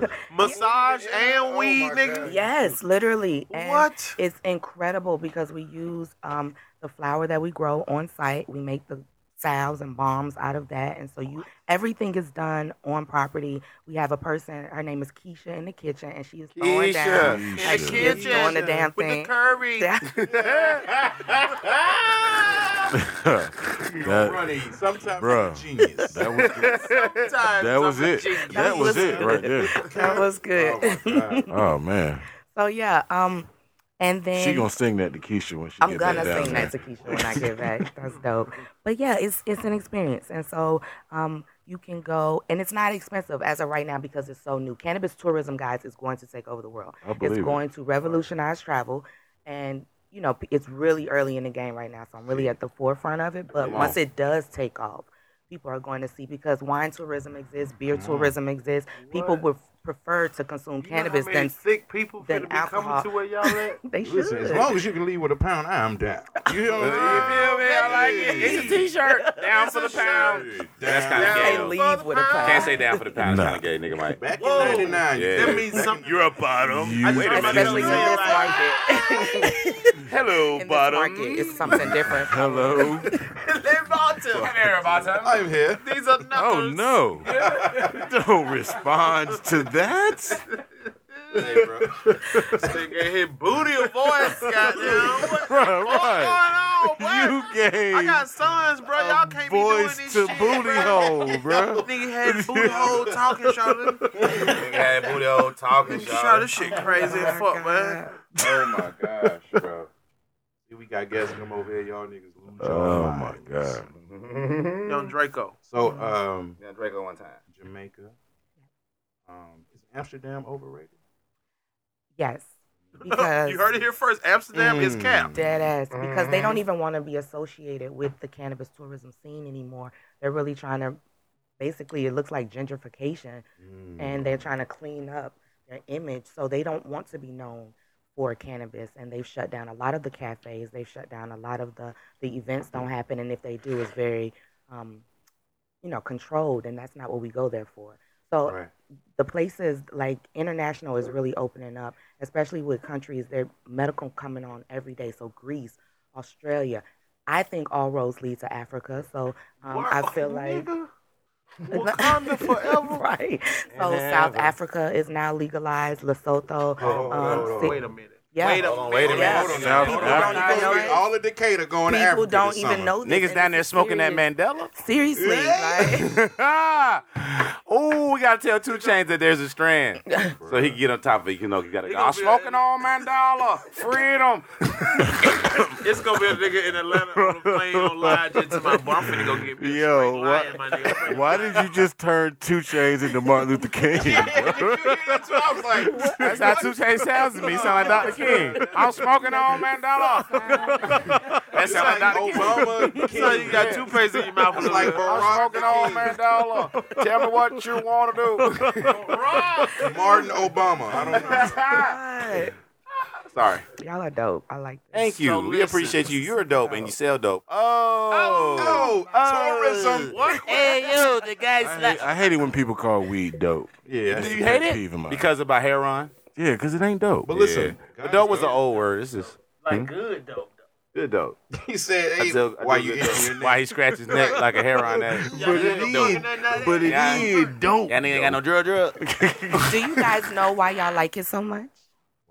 [SPEAKER 5] them. Massage and
[SPEAKER 2] Oh
[SPEAKER 5] weed,
[SPEAKER 2] my
[SPEAKER 5] nigga.
[SPEAKER 2] God.
[SPEAKER 6] Yes, literally. And
[SPEAKER 5] What?
[SPEAKER 6] It's incredible because we use um, the flower that we grow on site. We make the salves and bombs out of that, and so you everything is done on property. We have a person. Her name is Keisha in the kitchen, and she is throwing down.
[SPEAKER 4] Keisha.
[SPEAKER 6] Like she is doing the damn
[SPEAKER 5] with
[SPEAKER 6] thing.
[SPEAKER 5] the curry.
[SPEAKER 3] that,
[SPEAKER 2] Running, sometimes
[SPEAKER 3] Bruh.
[SPEAKER 2] Bruh. genius.
[SPEAKER 3] that was that was it. That was it right there.
[SPEAKER 6] that was good.
[SPEAKER 2] oh my God.
[SPEAKER 3] Oh man,
[SPEAKER 6] So yeah, um, and then
[SPEAKER 3] she gonna sing that to Keisha when she
[SPEAKER 6] I'm
[SPEAKER 3] get back
[SPEAKER 6] gonna
[SPEAKER 3] down
[SPEAKER 6] sing
[SPEAKER 3] there.
[SPEAKER 6] that to Keisha when I get back. That's dope. But yeah, it's it's an experience, and so um, you can go, and it's not expensive as of right now because it's so new. Cannabis tourism, guys, is going to take over the world.
[SPEAKER 3] I believe
[SPEAKER 6] It's
[SPEAKER 3] it.
[SPEAKER 6] going to revolutionize travel, and you know p- it's really early in the game right now, so I'm really at the forefront of it. But once it does take off, people are going to see because wine tourism exists, beer tourism exists. People would prefer to consume cannabis than
[SPEAKER 5] sick people
[SPEAKER 6] than
[SPEAKER 5] finna be coming
[SPEAKER 6] alcohol.
[SPEAKER 5] to where y'all at.
[SPEAKER 6] they should.
[SPEAKER 2] Listen, as long as you can leave with a pound, I'm down. You know what I
[SPEAKER 7] feel me? I like it. It's a t-shirt. Down for the pound.
[SPEAKER 2] mean?
[SPEAKER 7] That's
[SPEAKER 2] Down.
[SPEAKER 7] kinda gay.
[SPEAKER 6] They leave with a pound.
[SPEAKER 7] Can't say down for the pound.
[SPEAKER 3] Nah.
[SPEAKER 7] It's kind of gay, nigga Mike.
[SPEAKER 2] Back
[SPEAKER 5] Whoa.
[SPEAKER 2] in 99,
[SPEAKER 7] Yeah.
[SPEAKER 2] that means something.
[SPEAKER 7] You're a bottom.
[SPEAKER 3] You-
[SPEAKER 5] Wait a minute.
[SPEAKER 6] especially in this market.
[SPEAKER 7] Hello,
[SPEAKER 6] in this
[SPEAKER 7] bottom.
[SPEAKER 6] market, it's something different.
[SPEAKER 3] Hello.
[SPEAKER 5] They're bottom.
[SPEAKER 7] Hello, bottom.
[SPEAKER 2] I'm here.
[SPEAKER 5] These are nutters.
[SPEAKER 3] Oh no! Don't respond to that.
[SPEAKER 2] Hey, bro.
[SPEAKER 5] They can hit booty or voice, goddamn. What
[SPEAKER 3] Right, right.
[SPEAKER 5] going on,
[SPEAKER 3] You
[SPEAKER 5] boy? I
[SPEAKER 3] gave
[SPEAKER 5] got sons, bro. Y'all can't be doing
[SPEAKER 3] voice
[SPEAKER 5] this
[SPEAKER 3] to
[SPEAKER 5] shit,
[SPEAKER 3] booty
[SPEAKER 5] bro.
[SPEAKER 3] hole, bro.
[SPEAKER 5] Nigga had booty hole talking, Charlotte.
[SPEAKER 7] Nigga had booty hole talking,
[SPEAKER 5] Charlotte, this
[SPEAKER 6] Oh
[SPEAKER 5] shit crazy as fuck, man.
[SPEAKER 2] Oh my gosh, bro. See, we got guests come over here. Y'all niggas lose your
[SPEAKER 3] Oh my
[SPEAKER 2] minds.
[SPEAKER 3] god!
[SPEAKER 5] Young Draco.
[SPEAKER 2] So, um,
[SPEAKER 7] Yeah, Draco one time.
[SPEAKER 2] Jamaica. Um, is Amsterdam overrated?
[SPEAKER 6] Yes, because
[SPEAKER 5] you heard it here first. Amsterdam
[SPEAKER 3] Mm.
[SPEAKER 5] is capped.
[SPEAKER 6] dead ass because they don't even want to be associated with the cannabis tourism scene anymore. They're really trying to, basically, it looks like gentrification, and they're trying to clean up their image, so they don't want to be known for cannabis. And they've shut down a lot of the cafes. They've shut down a lot of the the events don't happen, and if they do, it's very, um, you know, controlled, and that's not what we go there for. So
[SPEAKER 2] Right.
[SPEAKER 6] the places like international is really opening up, especially with countries. Their medical coming on every day. So Greece, Australia. I think all roads lead to Africa. So um, I
[SPEAKER 2] Oh,
[SPEAKER 6] feel like
[SPEAKER 5] Nigga, Wakanda forever.
[SPEAKER 6] right. So South Africa is now legalized. Lesotho.
[SPEAKER 2] hold on,
[SPEAKER 6] um,
[SPEAKER 2] hold on.
[SPEAKER 6] Sig-
[SPEAKER 5] Wait a minute.
[SPEAKER 6] Yeah.
[SPEAKER 5] Wait a
[SPEAKER 7] Hold on, wait a minute.
[SPEAKER 6] Yeah.
[SPEAKER 7] Hold on.
[SPEAKER 3] South
[SPEAKER 7] now. Hold on.
[SPEAKER 3] Africa.
[SPEAKER 2] Y'all niggas
[SPEAKER 6] know
[SPEAKER 2] get all of Decatur going to Africa
[SPEAKER 6] People don't
[SPEAKER 2] this
[SPEAKER 6] even
[SPEAKER 2] summer.
[SPEAKER 6] know this,
[SPEAKER 4] Niggas
[SPEAKER 6] and
[SPEAKER 4] down there
[SPEAKER 6] it's
[SPEAKER 4] smoking that
[SPEAKER 6] serious.
[SPEAKER 4] Mandela.
[SPEAKER 6] Seriously, like,
[SPEAKER 4] oh, we gotta tell Two Chains that there's a strand, so he can get on top of it. You know, you gotta go.
[SPEAKER 5] gonna
[SPEAKER 4] I'm
[SPEAKER 5] be
[SPEAKER 4] smoking on Mandela, freedom.
[SPEAKER 5] It's gonna be a nigga in Atlanta on a plane on live jet to my boy. I'm finna go get me.
[SPEAKER 3] Yo,
[SPEAKER 5] Yo,
[SPEAKER 3] what-
[SPEAKER 5] Lion, my nigga.
[SPEAKER 3] Why did you just turn two chains into Martin Luther King? bro?
[SPEAKER 2] That's what I was like.
[SPEAKER 4] That's how Two Chains sounds to me. Sound like Dr. King. I'm smoking on Mandela. That
[SPEAKER 7] That sound like Dr. King.
[SPEAKER 2] Obama.
[SPEAKER 5] So you got two toothpaste in your mouth.
[SPEAKER 2] It's like Barack
[SPEAKER 4] Smoking on man dollar. Tell me what you want to do.
[SPEAKER 2] Martin Obama. I don't know.
[SPEAKER 4] Sorry.
[SPEAKER 6] Y'all are dope. I like this.
[SPEAKER 4] Thank you.
[SPEAKER 5] So
[SPEAKER 4] we
[SPEAKER 5] listen.
[SPEAKER 4] appreciate you. You're dope and you sell dope. Oh.
[SPEAKER 2] Oh, tourism.
[SPEAKER 5] What?
[SPEAKER 7] Hey, yo, the guy's
[SPEAKER 3] I hate, I hate it when people call weed dope.
[SPEAKER 2] Yeah.
[SPEAKER 3] That's
[SPEAKER 4] Do
[SPEAKER 3] a
[SPEAKER 4] you
[SPEAKER 3] pet
[SPEAKER 4] hate it?
[SPEAKER 3] peeve of mine.
[SPEAKER 4] Because of my hair on?
[SPEAKER 3] yeah, because it ain't dope.
[SPEAKER 2] But listen,
[SPEAKER 4] Yeah. But dope was an old word. This is hmm?
[SPEAKER 5] Like good though.
[SPEAKER 4] good dope.
[SPEAKER 2] He said,
[SPEAKER 4] I
[SPEAKER 2] "Hey,
[SPEAKER 4] tell- I
[SPEAKER 2] why
[SPEAKER 4] do
[SPEAKER 2] you
[SPEAKER 4] good dope.
[SPEAKER 2] itching your neck?"
[SPEAKER 4] Why he scratched his neck like a hair on that?
[SPEAKER 3] But it is. But it
[SPEAKER 4] Yeah.
[SPEAKER 3] is dope.
[SPEAKER 4] That nigga ain't got no drug drug.
[SPEAKER 6] Do you guys know why y'all like it so much?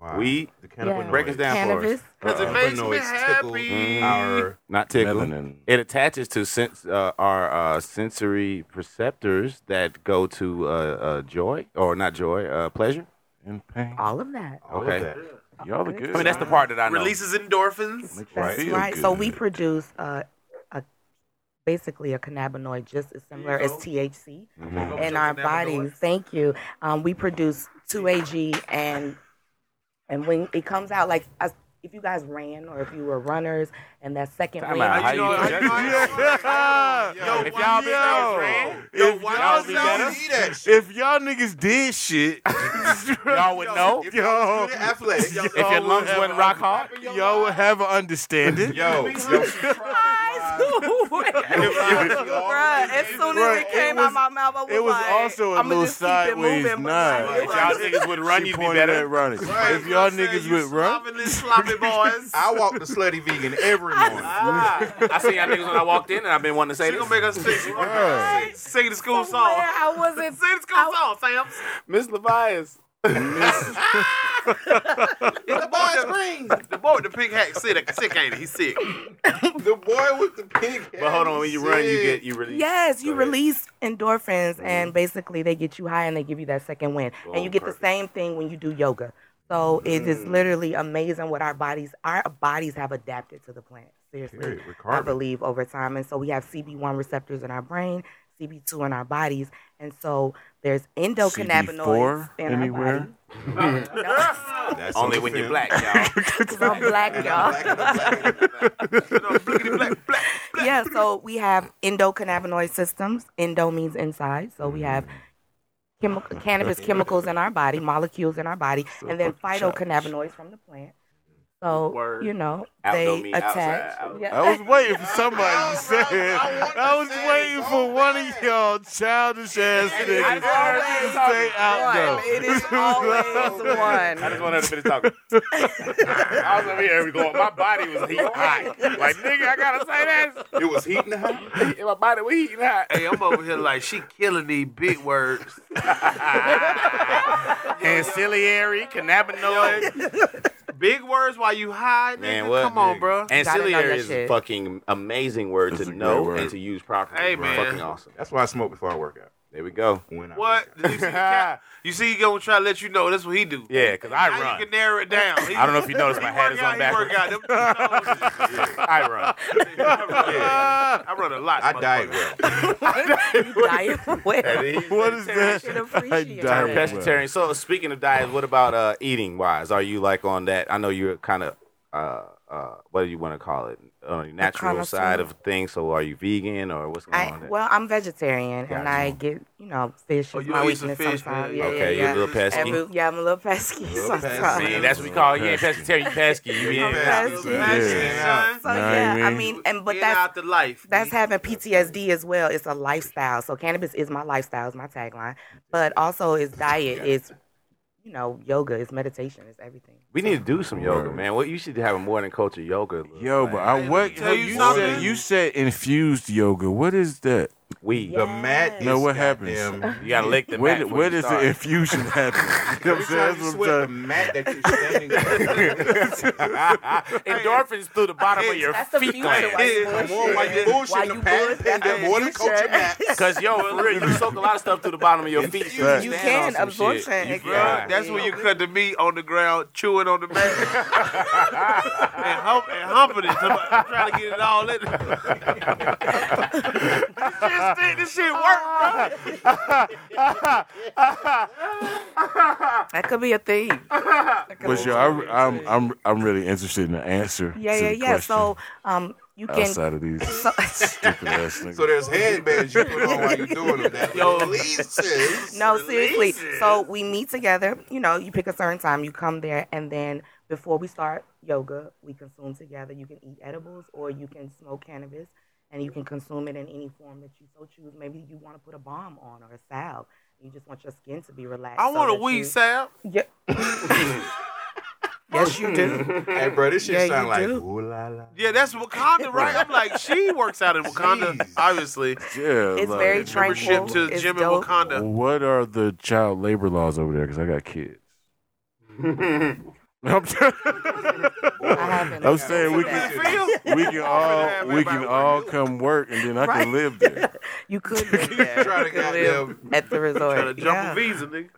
[SPEAKER 2] Wow.
[SPEAKER 4] Weed.
[SPEAKER 2] the cannabinoids.
[SPEAKER 6] Yeah.
[SPEAKER 4] Break us down for us.
[SPEAKER 6] Cannabis.
[SPEAKER 5] Because
[SPEAKER 4] Uh,
[SPEAKER 5] it makes me
[SPEAKER 2] Cannabinoids tickle
[SPEAKER 6] Mm,
[SPEAKER 5] happy.
[SPEAKER 2] Our
[SPEAKER 4] Not tickled.
[SPEAKER 3] Melanin.
[SPEAKER 4] It attaches to sense, uh, our uh, sensory perceptors that go to uh, uh, joy or not joy, uh, pleasure.
[SPEAKER 3] And pain.
[SPEAKER 6] All of that.
[SPEAKER 2] all of
[SPEAKER 4] Okay.
[SPEAKER 2] that.
[SPEAKER 3] Y'all are good.
[SPEAKER 4] I mean, that's the part that I know.
[SPEAKER 5] Releases
[SPEAKER 3] Makes
[SPEAKER 5] endorphins.
[SPEAKER 3] you
[SPEAKER 6] That's
[SPEAKER 3] feel
[SPEAKER 6] right. So we
[SPEAKER 3] good.
[SPEAKER 6] produce uh, a basically a cannabinoid just as similar as THC
[SPEAKER 4] Mhm.
[SPEAKER 6] in our bodies. Thank you. Um, we produce 2AG and and when it comes out, like us- if you guys ran or if you were runners, and that second
[SPEAKER 4] Time
[SPEAKER 6] ring,
[SPEAKER 4] out. How
[SPEAKER 5] You know,
[SPEAKER 4] you doing?
[SPEAKER 5] Yo,
[SPEAKER 4] If y'all been
[SPEAKER 5] yo.
[SPEAKER 4] friends,
[SPEAKER 5] Yo,
[SPEAKER 3] If
[SPEAKER 5] why
[SPEAKER 3] y'all
[SPEAKER 5] don't
[SPEAKER 3] be
[SPEAKER 5] y'all
[SPEAKER 3] better.
[SPEAKER 5] eat
[SPEAKER 2] See that shit.
[SPEAKER 3] If y'all niggas did shit,
[SPEAKER 4] y'all would know.
[SPEAKER 2] If y'all do the athletic,
[SPEAKER 5] Yo,
[SPEAKER 2] yo,
[SPEAKER 4] If your
[SPEAKER 3] y'all
[SPEAKER 4] lungs
[SPEAKER 3] would have
[SPEAKER 4] wasn't
[SPEAKER 3] a-
[SPEAKER 4] rock hard,
[SPEAKER 3] y'all would have an understanding.
[SPEAKER 2] yo,
[SPEAKER 8] Bruh, as soon
[SPEAKER 3] Bruh,
[SPEAKER 8] as it came
[SPEAKER 3] it was-
[SPEAKER 8] out my mouth, I was,
[SPEAKER 3] it was
[SPEAKER 8] like,
[SPEAKER 3] also a
[SPEAKER 8] I'ma
[SPEAKER 3] little
[SPEAKER 8] just keep it moving,
[SPEAKER 3] sideways
[SPEAKER 8] but
[SPEAKER 3] nod.
[SPEAKER 8] like,
[SPEAKER 4] if y'all niggas would run,
[SPEAKER 3] She
[SPEAKER 4] you'd be
[SPEAKER 3] pointed
[SPEAKER 4] better.
[SPEAKER 3] at running. if
[SPEAKER 2] Right.
[SPEAKER 3] y'all niggas would run,
[SPEAKER 5] sloppy boys.
[SPEAKER 2] I walk the slutty vegan every morning.
[SPEAKER 4] I seen y'all niggas when I walked in, and I've been wanting to say
[SPEAKER 5] They
[SPEAKER 4] this.
[SPEAKER 5] gonna make us sing,
[SPEAKER 3] Right.
[SPEAKER 5] sing the
[SPEAKER 3] Oh,
[SPEAKER 5] school
[SPEAKER 8] Where
[SPEAKER 6] Oh,
[SPEAKER 5] song.
[SPEAKER 8] I wasn't.
[SPEAKER 5] Sing the school song, Sam.
[SPEAKER 4] Miss Levias.
[SPEAKER 2] the boy's green.
[SPEAKER 5] The boy with the pink hat sick, sick ain't he? He's sick.
[SPEAKER 2] The boy with the pink.
[SPEAKER 4] But hold on, when you run, you
[SPEAKER 2] sick.
[SPEAKER 4] get you really.
[SPEAKER 6] Yes, you
[SPEAKER 4] Go ahead.
[SPEAKER 6] release endorphins, and basically they get you high and they give you that second wind. and you
[SPEAKER 4] Boom,
[SPEAKER 6] get
[SPEAKER 4] perfect.
[SPEAKER 6] the same thing when you do yoga. So it is literally amazing what our bodies, our bodies have adapted to the plant. Seriously,
[SPEAKER 2] Period. We're
[SPEAKER 6] I
[SPEAKER 2] carbon.
[SPEAKER 6] believe over time. And so we have CB1 receptors in our brain, CB2 in our bodies, and so there's endocannabinoids
[SPEAKER 3] CB4
[SPEAKER 6] in
[SPEAKER 3] anywhere?
[SPEAKER 6] our body. No,
[SPEAKER 2] That's
[SPEAKER 4] Only
[SPEAKER 2] on
[SPEAKER 4] when
[SPEAKER 2] the
[SPEAKER 4] you're
[SPEAKER 2] film.
[SPEAKER 4] black, y'all.
[SPEAKER 6] 'cause I'm black, y'all. yeah, so we have endocannabinoid systems. Endo means inside. So we have chemi- cannabis chemicals in our body, molecules in our body, and then phytocannabinoids from the plant. So,
[SPEAKER 5] Word.
[SPEAKER 6] you know,
[SPEAKER 4] Out don't
[SPEAKER 6] they
[SPEAKER 4] mean outside,
[SPEAKER 6] attach.
[SPEAKER 4] out.
[SPEAKER 6] Yeah.
[SPEAKER 3] I was waiting for
[SPEAKER 4] Oh,
[SPEAKER 2] I
[SPEAKER 3] somebody to
[SPEAKER 2] was-
[SPEAKER 3] say it.
[SPEAKER 2] I wanted
[SPEAKER 3] I was
[SPEAKER 2] to say
[SPEAKER 3] waiting
[SPEAKER 2] it
[SPEAKER 3] for
[SPEAKER 2] so
[SPEAKER 3] one
[SPEAKER 2] bad.
[SPEAKER 3] of y'all childish ass niggas to
[SPEAKER 8] always
[SPEAKER 3] say out
[SPEAKER 8] One.
[SPEAKER 3] though.
[SPEAKER 8] It is always
[SPEAKER 4] I
[SPEAKER 8] one.
[SPEAKER 4] just want to finish talking. I was over here we going. My body was heat hot. Like nigga, I gotta say
[SPEAKER 2] It was heating hot.
[SPEAKER 4] this. My body was heat hot.
[SPEAKER 5] Hey, I'm over here like she killing these big words.
[SPEAKER 4] Ancillary cannabinoid.
[SPEAKER 5] Big words while you hide, nigga.
[SPEAKER 4] Man, what?
[SPEAKER 5] Come on, bro.
[SPEAKER 6] Gotta know
[SPEAKER 4] Ancillary
[SPEAKER 6] that
[SPEAKER 4] is a
[SPEAKER 6] shit.
[SPEAKER 4] fucking amazing word
[SPEAKER 3] That's
[SPEAKER 4] to
[SPEAKER 3] a
[SPEAKER 4] know
[SPEAKER 3] great word.
[SPEAKER 4] and to use properly.
[SPEAKER 5] Hey, man.
[SPEAKER 4] Fucking awesome.
[SPEAKER 2] That's why I smoke before I work out.
[SPEAKER 4] There we go.
[SPEAKER 2] When I
[SPEAKER 5] What?
[SPEAKER 2] work
[SPEAKER 5] Did you see the cat? You see, he gonna try to let you know. That's what he do.
[SPEAKER 4] Yeah, because I
[SPEAKER 5] Now
[SPEAKER 4] run.
[SPEAKER 5] you can narrow it down. He,
[SPEAKER 4] I don't know if you noticed, my
[SPEAKER 5] he
[SPEAKER 4] hat
[SPEAKER 5] work
[SPEAKER 4] is
[SPEAKER 5] out,
[SPEAKER 4] on
[SPEAKER 5] he
[SPEAKER 4] backwards.
[SPEAKER 5] work out. Them toes.
[SPEAKER 4] I run.
[SPEAKER 5] I run a lot.
[SPEAKER 2] out. I diet well.
[SPEAKER 6] Diet well.
[SPEAKER 3] What is that?
[SPEAKER 6] should appreciate
[SPEAKER 3] I died well.
[SPEAKER 6] it.
[SPEAKER 4] Pescatarian. So speaking of diet, what about uh, eating wise? Are you like on that? I know you're kind of uh, uh, what do you want to call it? On the natural
[SPEAKER 6] connoisseur.
[SPEAKER 4] side of things. So are you vegan or what's going
[SPEAKER 6] I,
[SPEAKER 4] on? There?
[SPEAKER 6] well, I'm vegetarian and
[SPEAKER 4] Gotcha.
[SPEAKER 6] I get, you know, fish
[SPEAKER 5] Oh,
[SPEAKER 6] is
[SPEAKER 5] you
[SPEAKER 6] my
[SPEAKER 5] eat some
[SPEAKER 6] weakness
[SPEAKER 5] fish,
[SPEAKER 6] sometimes.
[SPEAKER 5] man.
[SPEAKER 6] Yeah,
[SPEAKER 4] okay,
[SPEAKER 6] yeah,
[SPEAKER 4] you're
[SPEAKER 6] yeah.
[SPEAKER 4] a little pesky.
[SPEAKER 6] Every- yeah, I'm a little pesky
[SPEAKER 2] Little pesky.
[SPEAKER 6] sometimes.
[SPEAKER 4] See, that's what we call you ain't pescatarian, you pesky. You eat
[SPEAKER 2] Yeah.
[SPEAKER 6] Pesky.
[SPEAKER 5] Yeah.
[SPEAKER 6] So
[SPEAKER 3] Nah, I
[SPEAKER 6] yeah, I
[SPEAKER 3] mean-
[SPEAKER 6] mean, and but
[SPEAKER 5] Get
[SPEAKER 6] that's
[SPEAKER 5] out the life.
[SPEAKER 6] that's
[SPEAKER 5] nigga.
[SPEAKER 6] having PTSD as well. It's a lifestyle. So cannabis is my lifestyle, is my tagline. But also it's diet, it's you know, yoga, it's meditation, it's everything.
[SPEAKER 4] We need to do some yoga,
[SPEAKER 3] Word.
[SPEAKER 4] man. What you should have a morning culture yoga. little
[SPEAKER 3] Yo,
[SPEAKER 4] thing.
[SPEAKER 3] but I what
[SPEAKER 5] tell you
[SPEAKER 3] you
[SPEAKER 5] something.
[SPEAKER 3] said you said infused yoga. What is that?
[SPEAKER 4] we
[SPEAKER 2] The mat.
[SPEAKER 3] No,
[SPEAKER 2] is
[SPEAKER 3] what happens?
[SPEAKER 2] goddamn-
[SPEAKER 4] you gotta lick the
[SPEAKER 3] Where
[SPEAKER 4] mat
[SPEAKER 3] did-
[SPEAKER 4] before
[SPEAKER 3] where
[SPEAKER 4] you
[SPEAKER 3] does
[SPEAKER 4] start.
[SPEAKER 3] the infusion happen? You know
[SPEAKER 2] Every
[SPEAKER 3] what I'm
[SPEAKER 2] time
[SPEAKER 3] saying?
[SPEAKER 2] you
[SPEAKER 3] That's
[SPEAKER 2] sweat,
[SPEAKER 3] what
[SPEAKER 2] the
[SPEAKER 3] I'm
[SPEAKER 2] mat that you're standing on.
[SPEAKER 4] endorphins through the bottom of your
[SPEAKER 6] That's the
[SPEAKER 4] feet
[SPEAKER 6] future
[SPEAKER 4] gland.
[SPEAKER 6] while you
[SPEAKER 2] Come
[SPEAKER 6] bullshit.
[SPEAKER 2] on, why you
[SPEAKER 6] Why
[SPEAKER 2] bullshitting
[SPEAKER 6] you
[SPEAKER 2] the patent
[SPEAKER 6] bullshit?
[SPEAKER 2] pending
[SPEAKER 6] Hey,
[SPEAKER 2] morning
[SPEAKER 6] you
[SPEAKER 2] culture
[SPEAKER 6] should.
[SPEAKER 2] mat?
[SPEAKER 4] Cause yo, for real, you soak a lot of stuff through the bottom of your feet. so
[SPEAKER 6] You
[SPEAKER 4] stand on
[SPEAKER 6] can
[SPEAKER 4] some
[SPEAKER 6] absorb
[SPEAKER 4] shit.
[SPEAKER 6] it.
[SPEAKER 4] You
[SPEAKER 5] Bro,
[SPEAKER 4] can.
[SPEAKER 5] that's when you cut the meat on the ground, chewing on the mat, and, hump, and humping it, somebody trying to get it all in. this shit, stick, this shit work,
[SPEAKER 6] Ah.
[SPEAKER 5] bro.
[SPEAKER 6] That could be a thing. That could
[SPEAKER 3] But
[SPEAKER 6] be
[SPEAKER 3] yo,
[SPEAKER 6] a
[SPEAKER 3] I,
[SPEAKER 6] thing.
[SPEAKER 3] I'm I'm I'm really interested in the answer.
[SPEAKER 6] yeah,
[SPEAKER 3] to
[SPEAKER 6] yeah,
[SPEAKER 3] the
[SPEAKER 6] yeah. So, um, You can
[SPEAKER 3] outside of these
[SPEAKER 6] So-
[SPEAKER 3] stupid ass niggas.
[SPEAKER 2] So there's headbands you put on while you're doing them. That
[SPEAKER 5] Yo.
[SPEAKER 2] releases.
[SPEAKER 6] No, seriously. So we meet together. You know, you pick a certain time, you come there, and then before we start yoga, we consume together. You can eat edibles or you can smoke cannabis and you can consume it in any form that you so choose. Maybe you want to put a bomb on or a salve. You just want your skin to be relaxed.
[SPEAKER 5] I
[SPEAKER 6] so
[SPEAKER 5] want a
[SPEAKER 6] that
[SPEAKER 5] weed
[SPEAKER 6] you-
[SPEAKER 5] salve.
[SPEAKER 6] Yeah. yes, you do.
[SPEAKER 2] Hey, bro, this shit
[SPEAKER 6] Yeah, you
[SPEAKER 2] sound like
[SPEAKER 6] do.
[SPEAKER 2] ooh la la.
[SPEAKER 5] Yeah, that's Wakanda, right? I'm like, she works out in Wakanda,
[SPEAKER 2] Jeez.
[SPEAKER 5] obviously.
[SPEAKER 3] yeah,
[SPEAKER 6] It's
[SPEAKER 3] like,
[SPEAKER 6] very
[SPEAKER 5] Membership
[SPEAKER 6] tranquil.
[SPEAKER 5] to the
[SPEAKER 6] it's
[SPEAKER 5] gym in
[SPEAKER 6] dope.
[SPEAKER 5] Wakanda.
[SPEAKER 3] What are the child labor laws over there? Because I got kids. I'm,
[SPEAKER 6] I haven't.
[SPEAKER 3] I'm saying we
[SPEAKER 2] Yeah.
[SPEAKER 3] can
[SPEAKER 5] Feel?
[SPEAKER 3] we can all we can all come work and then I
[SPEAKER 6] Right.
[SPEAKER 3] can live there.
[SPEAKER 6] You could live there.
[SPEAKER 2] Try to
[SPEAKER 6] You could live at the resort.
[SPEAKER 5] Trying to jump
[SPEAKER 6] Yeah.
[SPEAKER 5] a visa, nigga.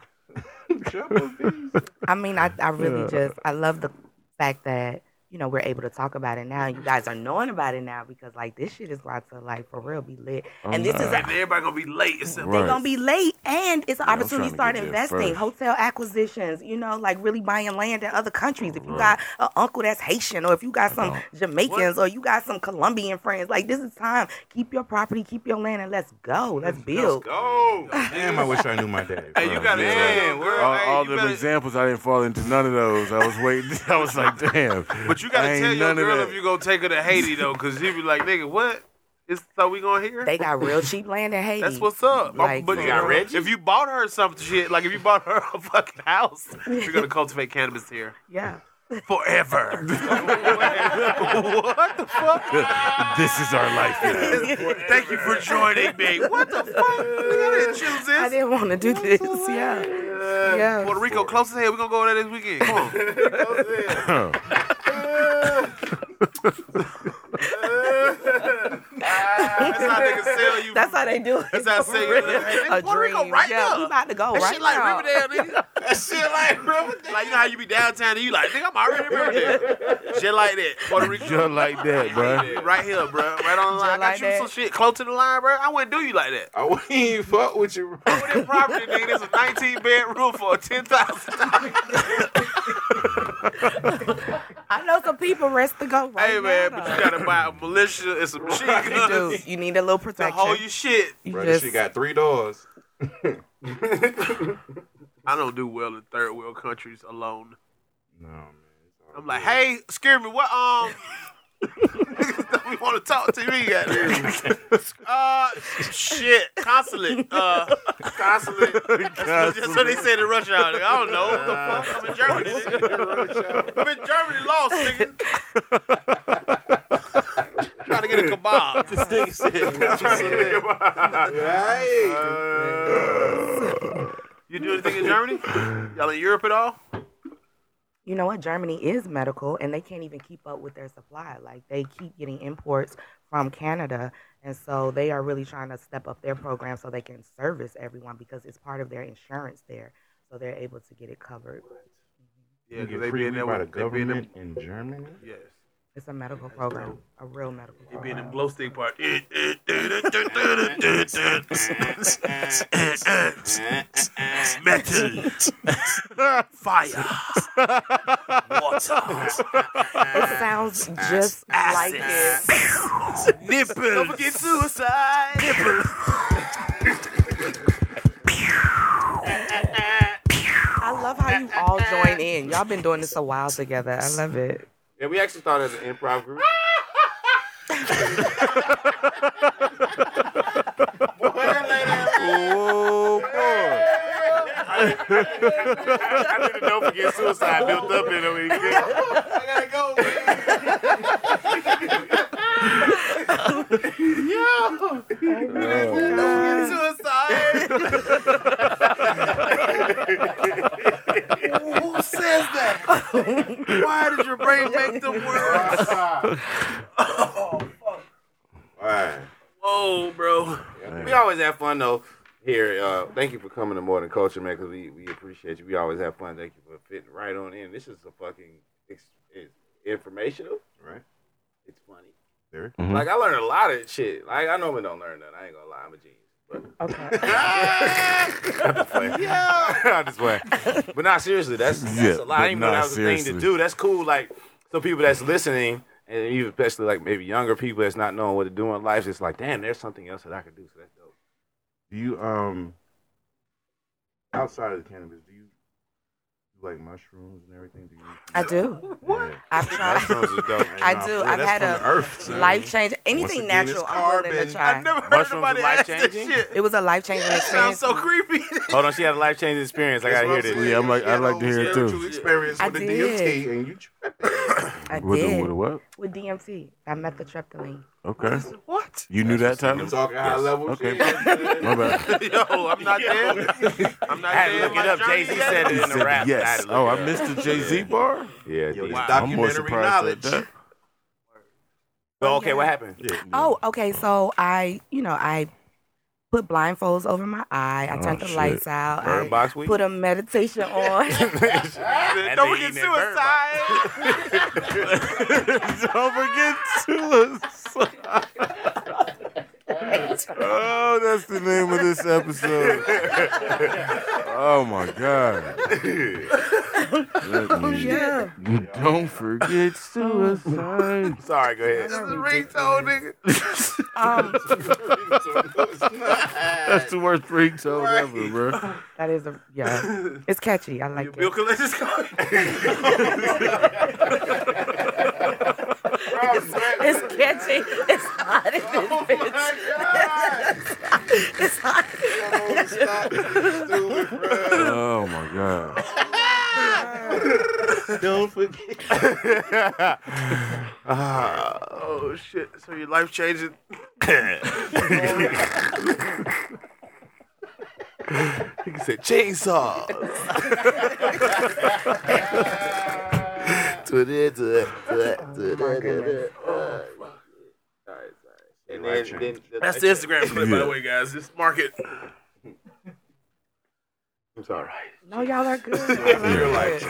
[SPEAKER 6] I mean, I, I really
[SPEAKER 3] Yeah.
[SPEAKER 6] just I love the fact that you know we're able to talk about it now. You guys are knowing about it now because like this shit is about to like for real be lit, and this is
[SPEAKER 3] not.
[SPEAKER 6] a,
[SPEAKER 5] And everybody gonna be late. Except
[SPEAKER 3] Right.
[SPEAKER 6] they're gonna be late, and it's an
[SPEAKER 3] Yeah, I'm
[SPEAKER 6] opportunity to
[SPEAKER 3] trying
[SPEAKER 6] start
[SPEAKER 3] to get there
[SPEAKER 6] investing,
[SPEAKER 3] first.
[SPEAKER 6] hotel acquisitions. You know, like really buying land in other countries. If you got an uncle that's Haitian, or if you got some Jamaicans, or you got some Colombian friends, like this is time. Keep your property, keep your land, and let's go. Let's build.
[SPEAKER 5] go.
[SPEAKER 2] Damn, I wish I knew my dad.
[SPEAKER 5] Hey, you
[SPEAKER 2] bro.
[SPEAKER 5] gotta
[SPEAKER 2] Yeah.
[SPEAKER 5] man, word,
[SPEAKER 3] all
[SPEAKER 5] hey,
[SPEAKER 3] all
[SPEAKER 5] you
[SPEAKER 3] them
[SPEAKER 5] better-
[SPEAKER 3] examples, I didn't fall into none of those. I was waiting. I was like, damn.
[SPEAKER 5] But you gotta
[SPEAKER 3] I ain't
[SPEAKER 5] tell your
[SPEAKER 3] none of
[SPEAKER 5] girl
[SPEAKER 3] that.
[SPEAKER 5] if you gonna take her to Haiti though, cause he be like, nigga, what? Is so we gonna hear?
[SPEAKER 6] They got real cheap land in Haiti.
[SPEAKER 5] That's what's up.
[SPEAKER 6] Like,
[SPEAKER 5] but
[SPEAKER 6] for
[SPEAKER 5] you
[SPEAKER 6] real.
[SPEAKER 5] got Reggie? If you bought her some shit, like if you bought her a fucking house, you're gonna cultivate cannabis here
[SPEAKER 6] Yeah.
[SPEAKER 5] forever. what the fuck?
[SPEAKER 3] this is our life. now.
[SPEAKER 5] Thank you for joining me. What the fuck? I didn't choose this.
[SPEAKER 6] I didn't want to do this. Yeah. Yeah.
[SPEAKER 5] Puerto Rico, close to here. We're gonna go over there this weekend. Come on. That's how they can sell you.
[SPEAKER 6] That's how they do it.
[SPEAKER 5] That's how I say it. Hey,
[SPEAKER 6] a
[SPEAKER 5] nigga, Puerto
[SPEAKER 6] dream.
[SPEAKER 5] Rico right
[SPEAKER 6] yeah,
[SPEAKER 5] now.
[SPEAKER 6] we about to go
[SPEAKER 5] that
[SPEAKER 6] right
[SPEAKER 5] shit like
[SPEAKER 6] now.
[SPEAKER 5] Riverdale, nigga.
[SPEAKER 2] That shit like Riverdale.
[SPEAKER 5] Like you know how you be downtown and you like, nigga, I'm already in Riverdale. shit like that. Puerto Rico.
[SPEAKER 3] Just like that, bro.
[SPEAKER 5] Right here, bro. Right on the line. I got
[SPEAKER 6] like
[SPEAKER 5] you
[SPEAKER 6] that.
[SPEAKER 5] some shit close to the line, bro. I wouldn't do you like that.
[SPEAKER 2] I wouldn't even fuck with you. bro.
[SPEAKER 5] With that property, nigga, there's a 19 bedroom for ten thousand.
[SPEAKER 6] I know some people rest to go right
[SPEAKER 5] Hey man,
[SPEAKER 6] now.
[SPEAKER 5] but you gotta buy a militia and some machine guns
[SPEAKER 6] Dude, you need a little
[SPEAKER 5] to
[SPEAKER 6] protection.
[SPEAKER 5] hold your shit.
[SPEAKER 6] You
[SPEAKER 2] Bro, this
[SPEAKER 6] just-
[SPEAKER 2] shit got three doors.
[SPEAKER 5] I don't do well in third world countries alone.
[SPEAKER 2] No, man. it's all
[SPEAKER 5] I'm like,
[SPEAKER 2] good.
[SPEAKER 5] hey, scare me. What um we want to talk to me Uh shit. Consulate. Uh consulate. That's, that's what they said in Russia. I don't know. What the fuck? I'm in Germany. nigga. I'm in Germany lost, nigga. Trying to get a kebab.
[SPEAKER 2] Hey.
[SPEAKER 5] You do anything in Germany? Y'all in Europe at all?
[SPEAKER 6] you know what? Germany is medical, and they can't even keep up with their supply. Like they keep getting imports from Canada, and so they are really trying to step up their program so they can service everyone because it's part of their insurance there, so they're able to get it covered.
[SPEAKER 5] Yeah,
[SPEAKER 2] You
[SPEAKER 5] 'cause
[SPEAKER 2] get
[SPEAKER 5] they
[SPEAKER 2] free
[SPEAKER 5] be in there
[SPEAKER 2] by the
[SPEAKER 5] with they be in them-
[SPEAKER 2] government in Germany.
[SPEAKER 5] Yes.
[SPEAKER 6] It's a medical program, a real medical
[SPEAKER 5] It be in the
[SPEAKER 6] program.
[SPEAKER 5] glow stick part. Metal. Fire. Water.
[SPEAKER 6] It sounds just like it.
[SPEAKER 5] Nipples. Don't forget suicide. Nipples.
[SPEAKER 6] I love how you all join in. Y'all been doing this a while together. I love it.
[SPEAKER 9] Yeah, we actually started as an improv group.
[SPEAKER 3] Oh boy!
[SPEAKER 9] I didn't know forget suicide built up in a week.
[SPEAKER 5] Suicide. Who says that? Why did your brain make the words?
[SPEAKER 2] All right.
[SPEAKER 5] Whoa, Oh, bro.
[SPEAKER 9] We always have fun though. Here, uh, thank you for coming to Modern Culture, man. Because we, we appreciate you. We always have fun. Thank you for fitting right on in. This is a fucking it's, it's informational.
[SPEAKER 2] Right.
[SPEAKER 9] It's funny.
[SPEAKER 2] There.
[SPEAKER 3] Mm-hmm.
[SPEAKER 9] Like I learned a lot of shit. Like I normally don't learn nothing. I ain't gonna lie. I'm a genius. But
[SPEAKER 6] Okay.
[SPEAKER 9] I'm just playing. But not seriously, that's, that's
[SPEAKER 3] Yeah,
[SPEAKER 9] a lot. I
[SPEAKER 3] but
[SPEAKER 9] didn't know
[SPEAKER 3] nah,
[SPEAKER 9] that was a thing
[SPEAKER 3] seriously.
[SPEAKER 9] to do. That's cool. Like some people that's listening
[SPEAKER 4] and even especially like maybe younger people that's not knowing what to do in life, it's like, damn, there's something else that I could do. So that's dope.
[SPEAKER 2] Do you um outside of the cannabis, do you do like mushrooms and everything? Do you
[SPEAKER 6] I do.
[SPEAKER 2] What?
[SPEAKER 6] I've tried.
[SPEAKER 2] Mushrooms is dope.
[SPEAKER 6] I
[SPEAKER 2] Nah,
[SPEAKER 6] do.
[SPEAKER 2] for real,
[SPEAKER 6] I've
[SPEAKER 2] that's
[SPEAKER 6] had
[SPEAKER 2] from
[SPEAKER 6] a
[SPEAKER 2] the earth, son.
[SPEAKER 6] life change.
[SPEAKER 2] Once
[SPEAKER 6] Anything
[SPEAKER 2] again, it's
[SPEAKER 6] natural, I'm willing to
[SPEAKER 2] carbon.
[SPEAKER 6] try.
[SPEAKER 2] I've never heard
[SPEAKER 4] Mushrooms are life changing.
[SPEAKER 6] It was a life changing experience.
[SPEAKER 5] so creepy.
[SPEAKER 4] Hold on, she had a life changing experience. I
[SPEAKER 2] That's
[SPEAKER 4] gotta
[SPEAKER 2] what
[SPEAKER 4] hear
[SPEAKER 2] I'm
[SPEAKER 4] this.
[SPEAKER 2] saying.
[SPEAKER 3] Yeah, I'm like-
[SPEAKER 2] You
[SPEAKER 3] I'd like to
[SPEAKER 2] had
[SPEAKER 3] hear it
[SPEAKER 2] a
[SPEAKER 3] too.
[SPEAKER 2] spiritual experience
[SPEAKER 6] I
[SPEAKER 2] with the
[SPEAKER 6] did.
[SPEAKER 2] DMT, and you tripped
[SPEAKER 6] I
[SPEAKER 3] With the,
[SPEAKER 6] did.
[SPEAKER 3] with the what?
[SPEAKER 6] With DMT, I met the tryptamine.
[SPEAKER 3] Okay.
[SPEAKER 5] What?
[SPEAKER 3] You knew that
[SPEAKER 2] I'm
[SPEAKER 3] time?
[SPEAKER 2] talking high level
[SPEAKER 3] Okay.
[SPEAKER 2] shit.
[SPEAKER 3] My bad.
[SPEAKER 5] Yo, I'm not there. I'm
[SPEAKER 4] I
[SPEAKER 5] not
[SPEAKER 4] had to
[SPEAKER 5] there.
[SPEAKER 4] look
[SPEAKER 5] My
[SPEAKER 4] it up.
[SPEAKER 5] journey
[SPEAKER 4] Jay Z
[SPEAKER 5] yet.
[SPEAKER 4] said it in the rap. I had
[SPEAKER 3] yes.
[SPEAKER 4] to look
[SPEAKER 3] Oh,
[SPEAKER 4] it
[SPEAKER 3] I
[SPEAKER 4] up.
[SPEAKER 3] missed the Jay Z bar?
[SPEAKER 4] Yeah.
[SPEAKER 2] Yo,
[SPEAKER 4] yeah.
[SPEAKER 3] I'm
[SPEAKER 2] it's
[SPEAKER 3] more
[SPEAKER 2] documentary
[SPEAKER 3] surprised at
[SPEAKER 2] knowledge.
[SPEAKER 3] that.
[SPEAKER 4] So, okay, what happened?
[SPEAKER 6] Oh, okay. So I, you know, I put blindfolds over my eye. I
[SPEAKER 3] Oh,
[SPEAKER 6] turned the
[SPEAKER 3] shit.
[SPEAKER 6] lights out.
[SPEAKER 4] Bird
[SPEAKER 6] I
[SPEAKER 4] box week?
[SPEAKER 6] put a meditation on.
[SPEAKER 5] Don't forget suicide.
[SPEAKER 3] Don't forget suicide. oh, that's the name of this episode. Oh my god. Let me-
[SPEAKER 6] yeah.
[SPEAKER 3] Don't forget suicide.
[SPEAKER 4] Sorry, go ahead.
[SPEAKER 5] This is ringtone, nigga.
[SPEAKER 6] Um,
[SPEAKER 3] That's the worst ringtone ever, bro.
[SPEAKER 6] that is a yeah. It's catchy. I like
[SPEAKER 5] Bill
[SPEAKER 6] it.
[SPEAKER 5] Collins is coming.
[SPEAKER 6] It's catchy. It's hot in this bitch. It's hot.
[SPEAKER 3] Oh my god.
[SPEAKER 2] Don't forget.
[SPEAKER 5] Oh shit! So your life changing?
[SPEAKER 4] He said chainsaws. to it, to it, to it, to it, to it.
[SPEAKER 9] And then, then the,
[SPEAKER 5] That's the Instagram clip, by the way, guys. Just mark it.
[SPEAKER 6] No, y'all are good. Y'all are
[SPEAKER 2] Your life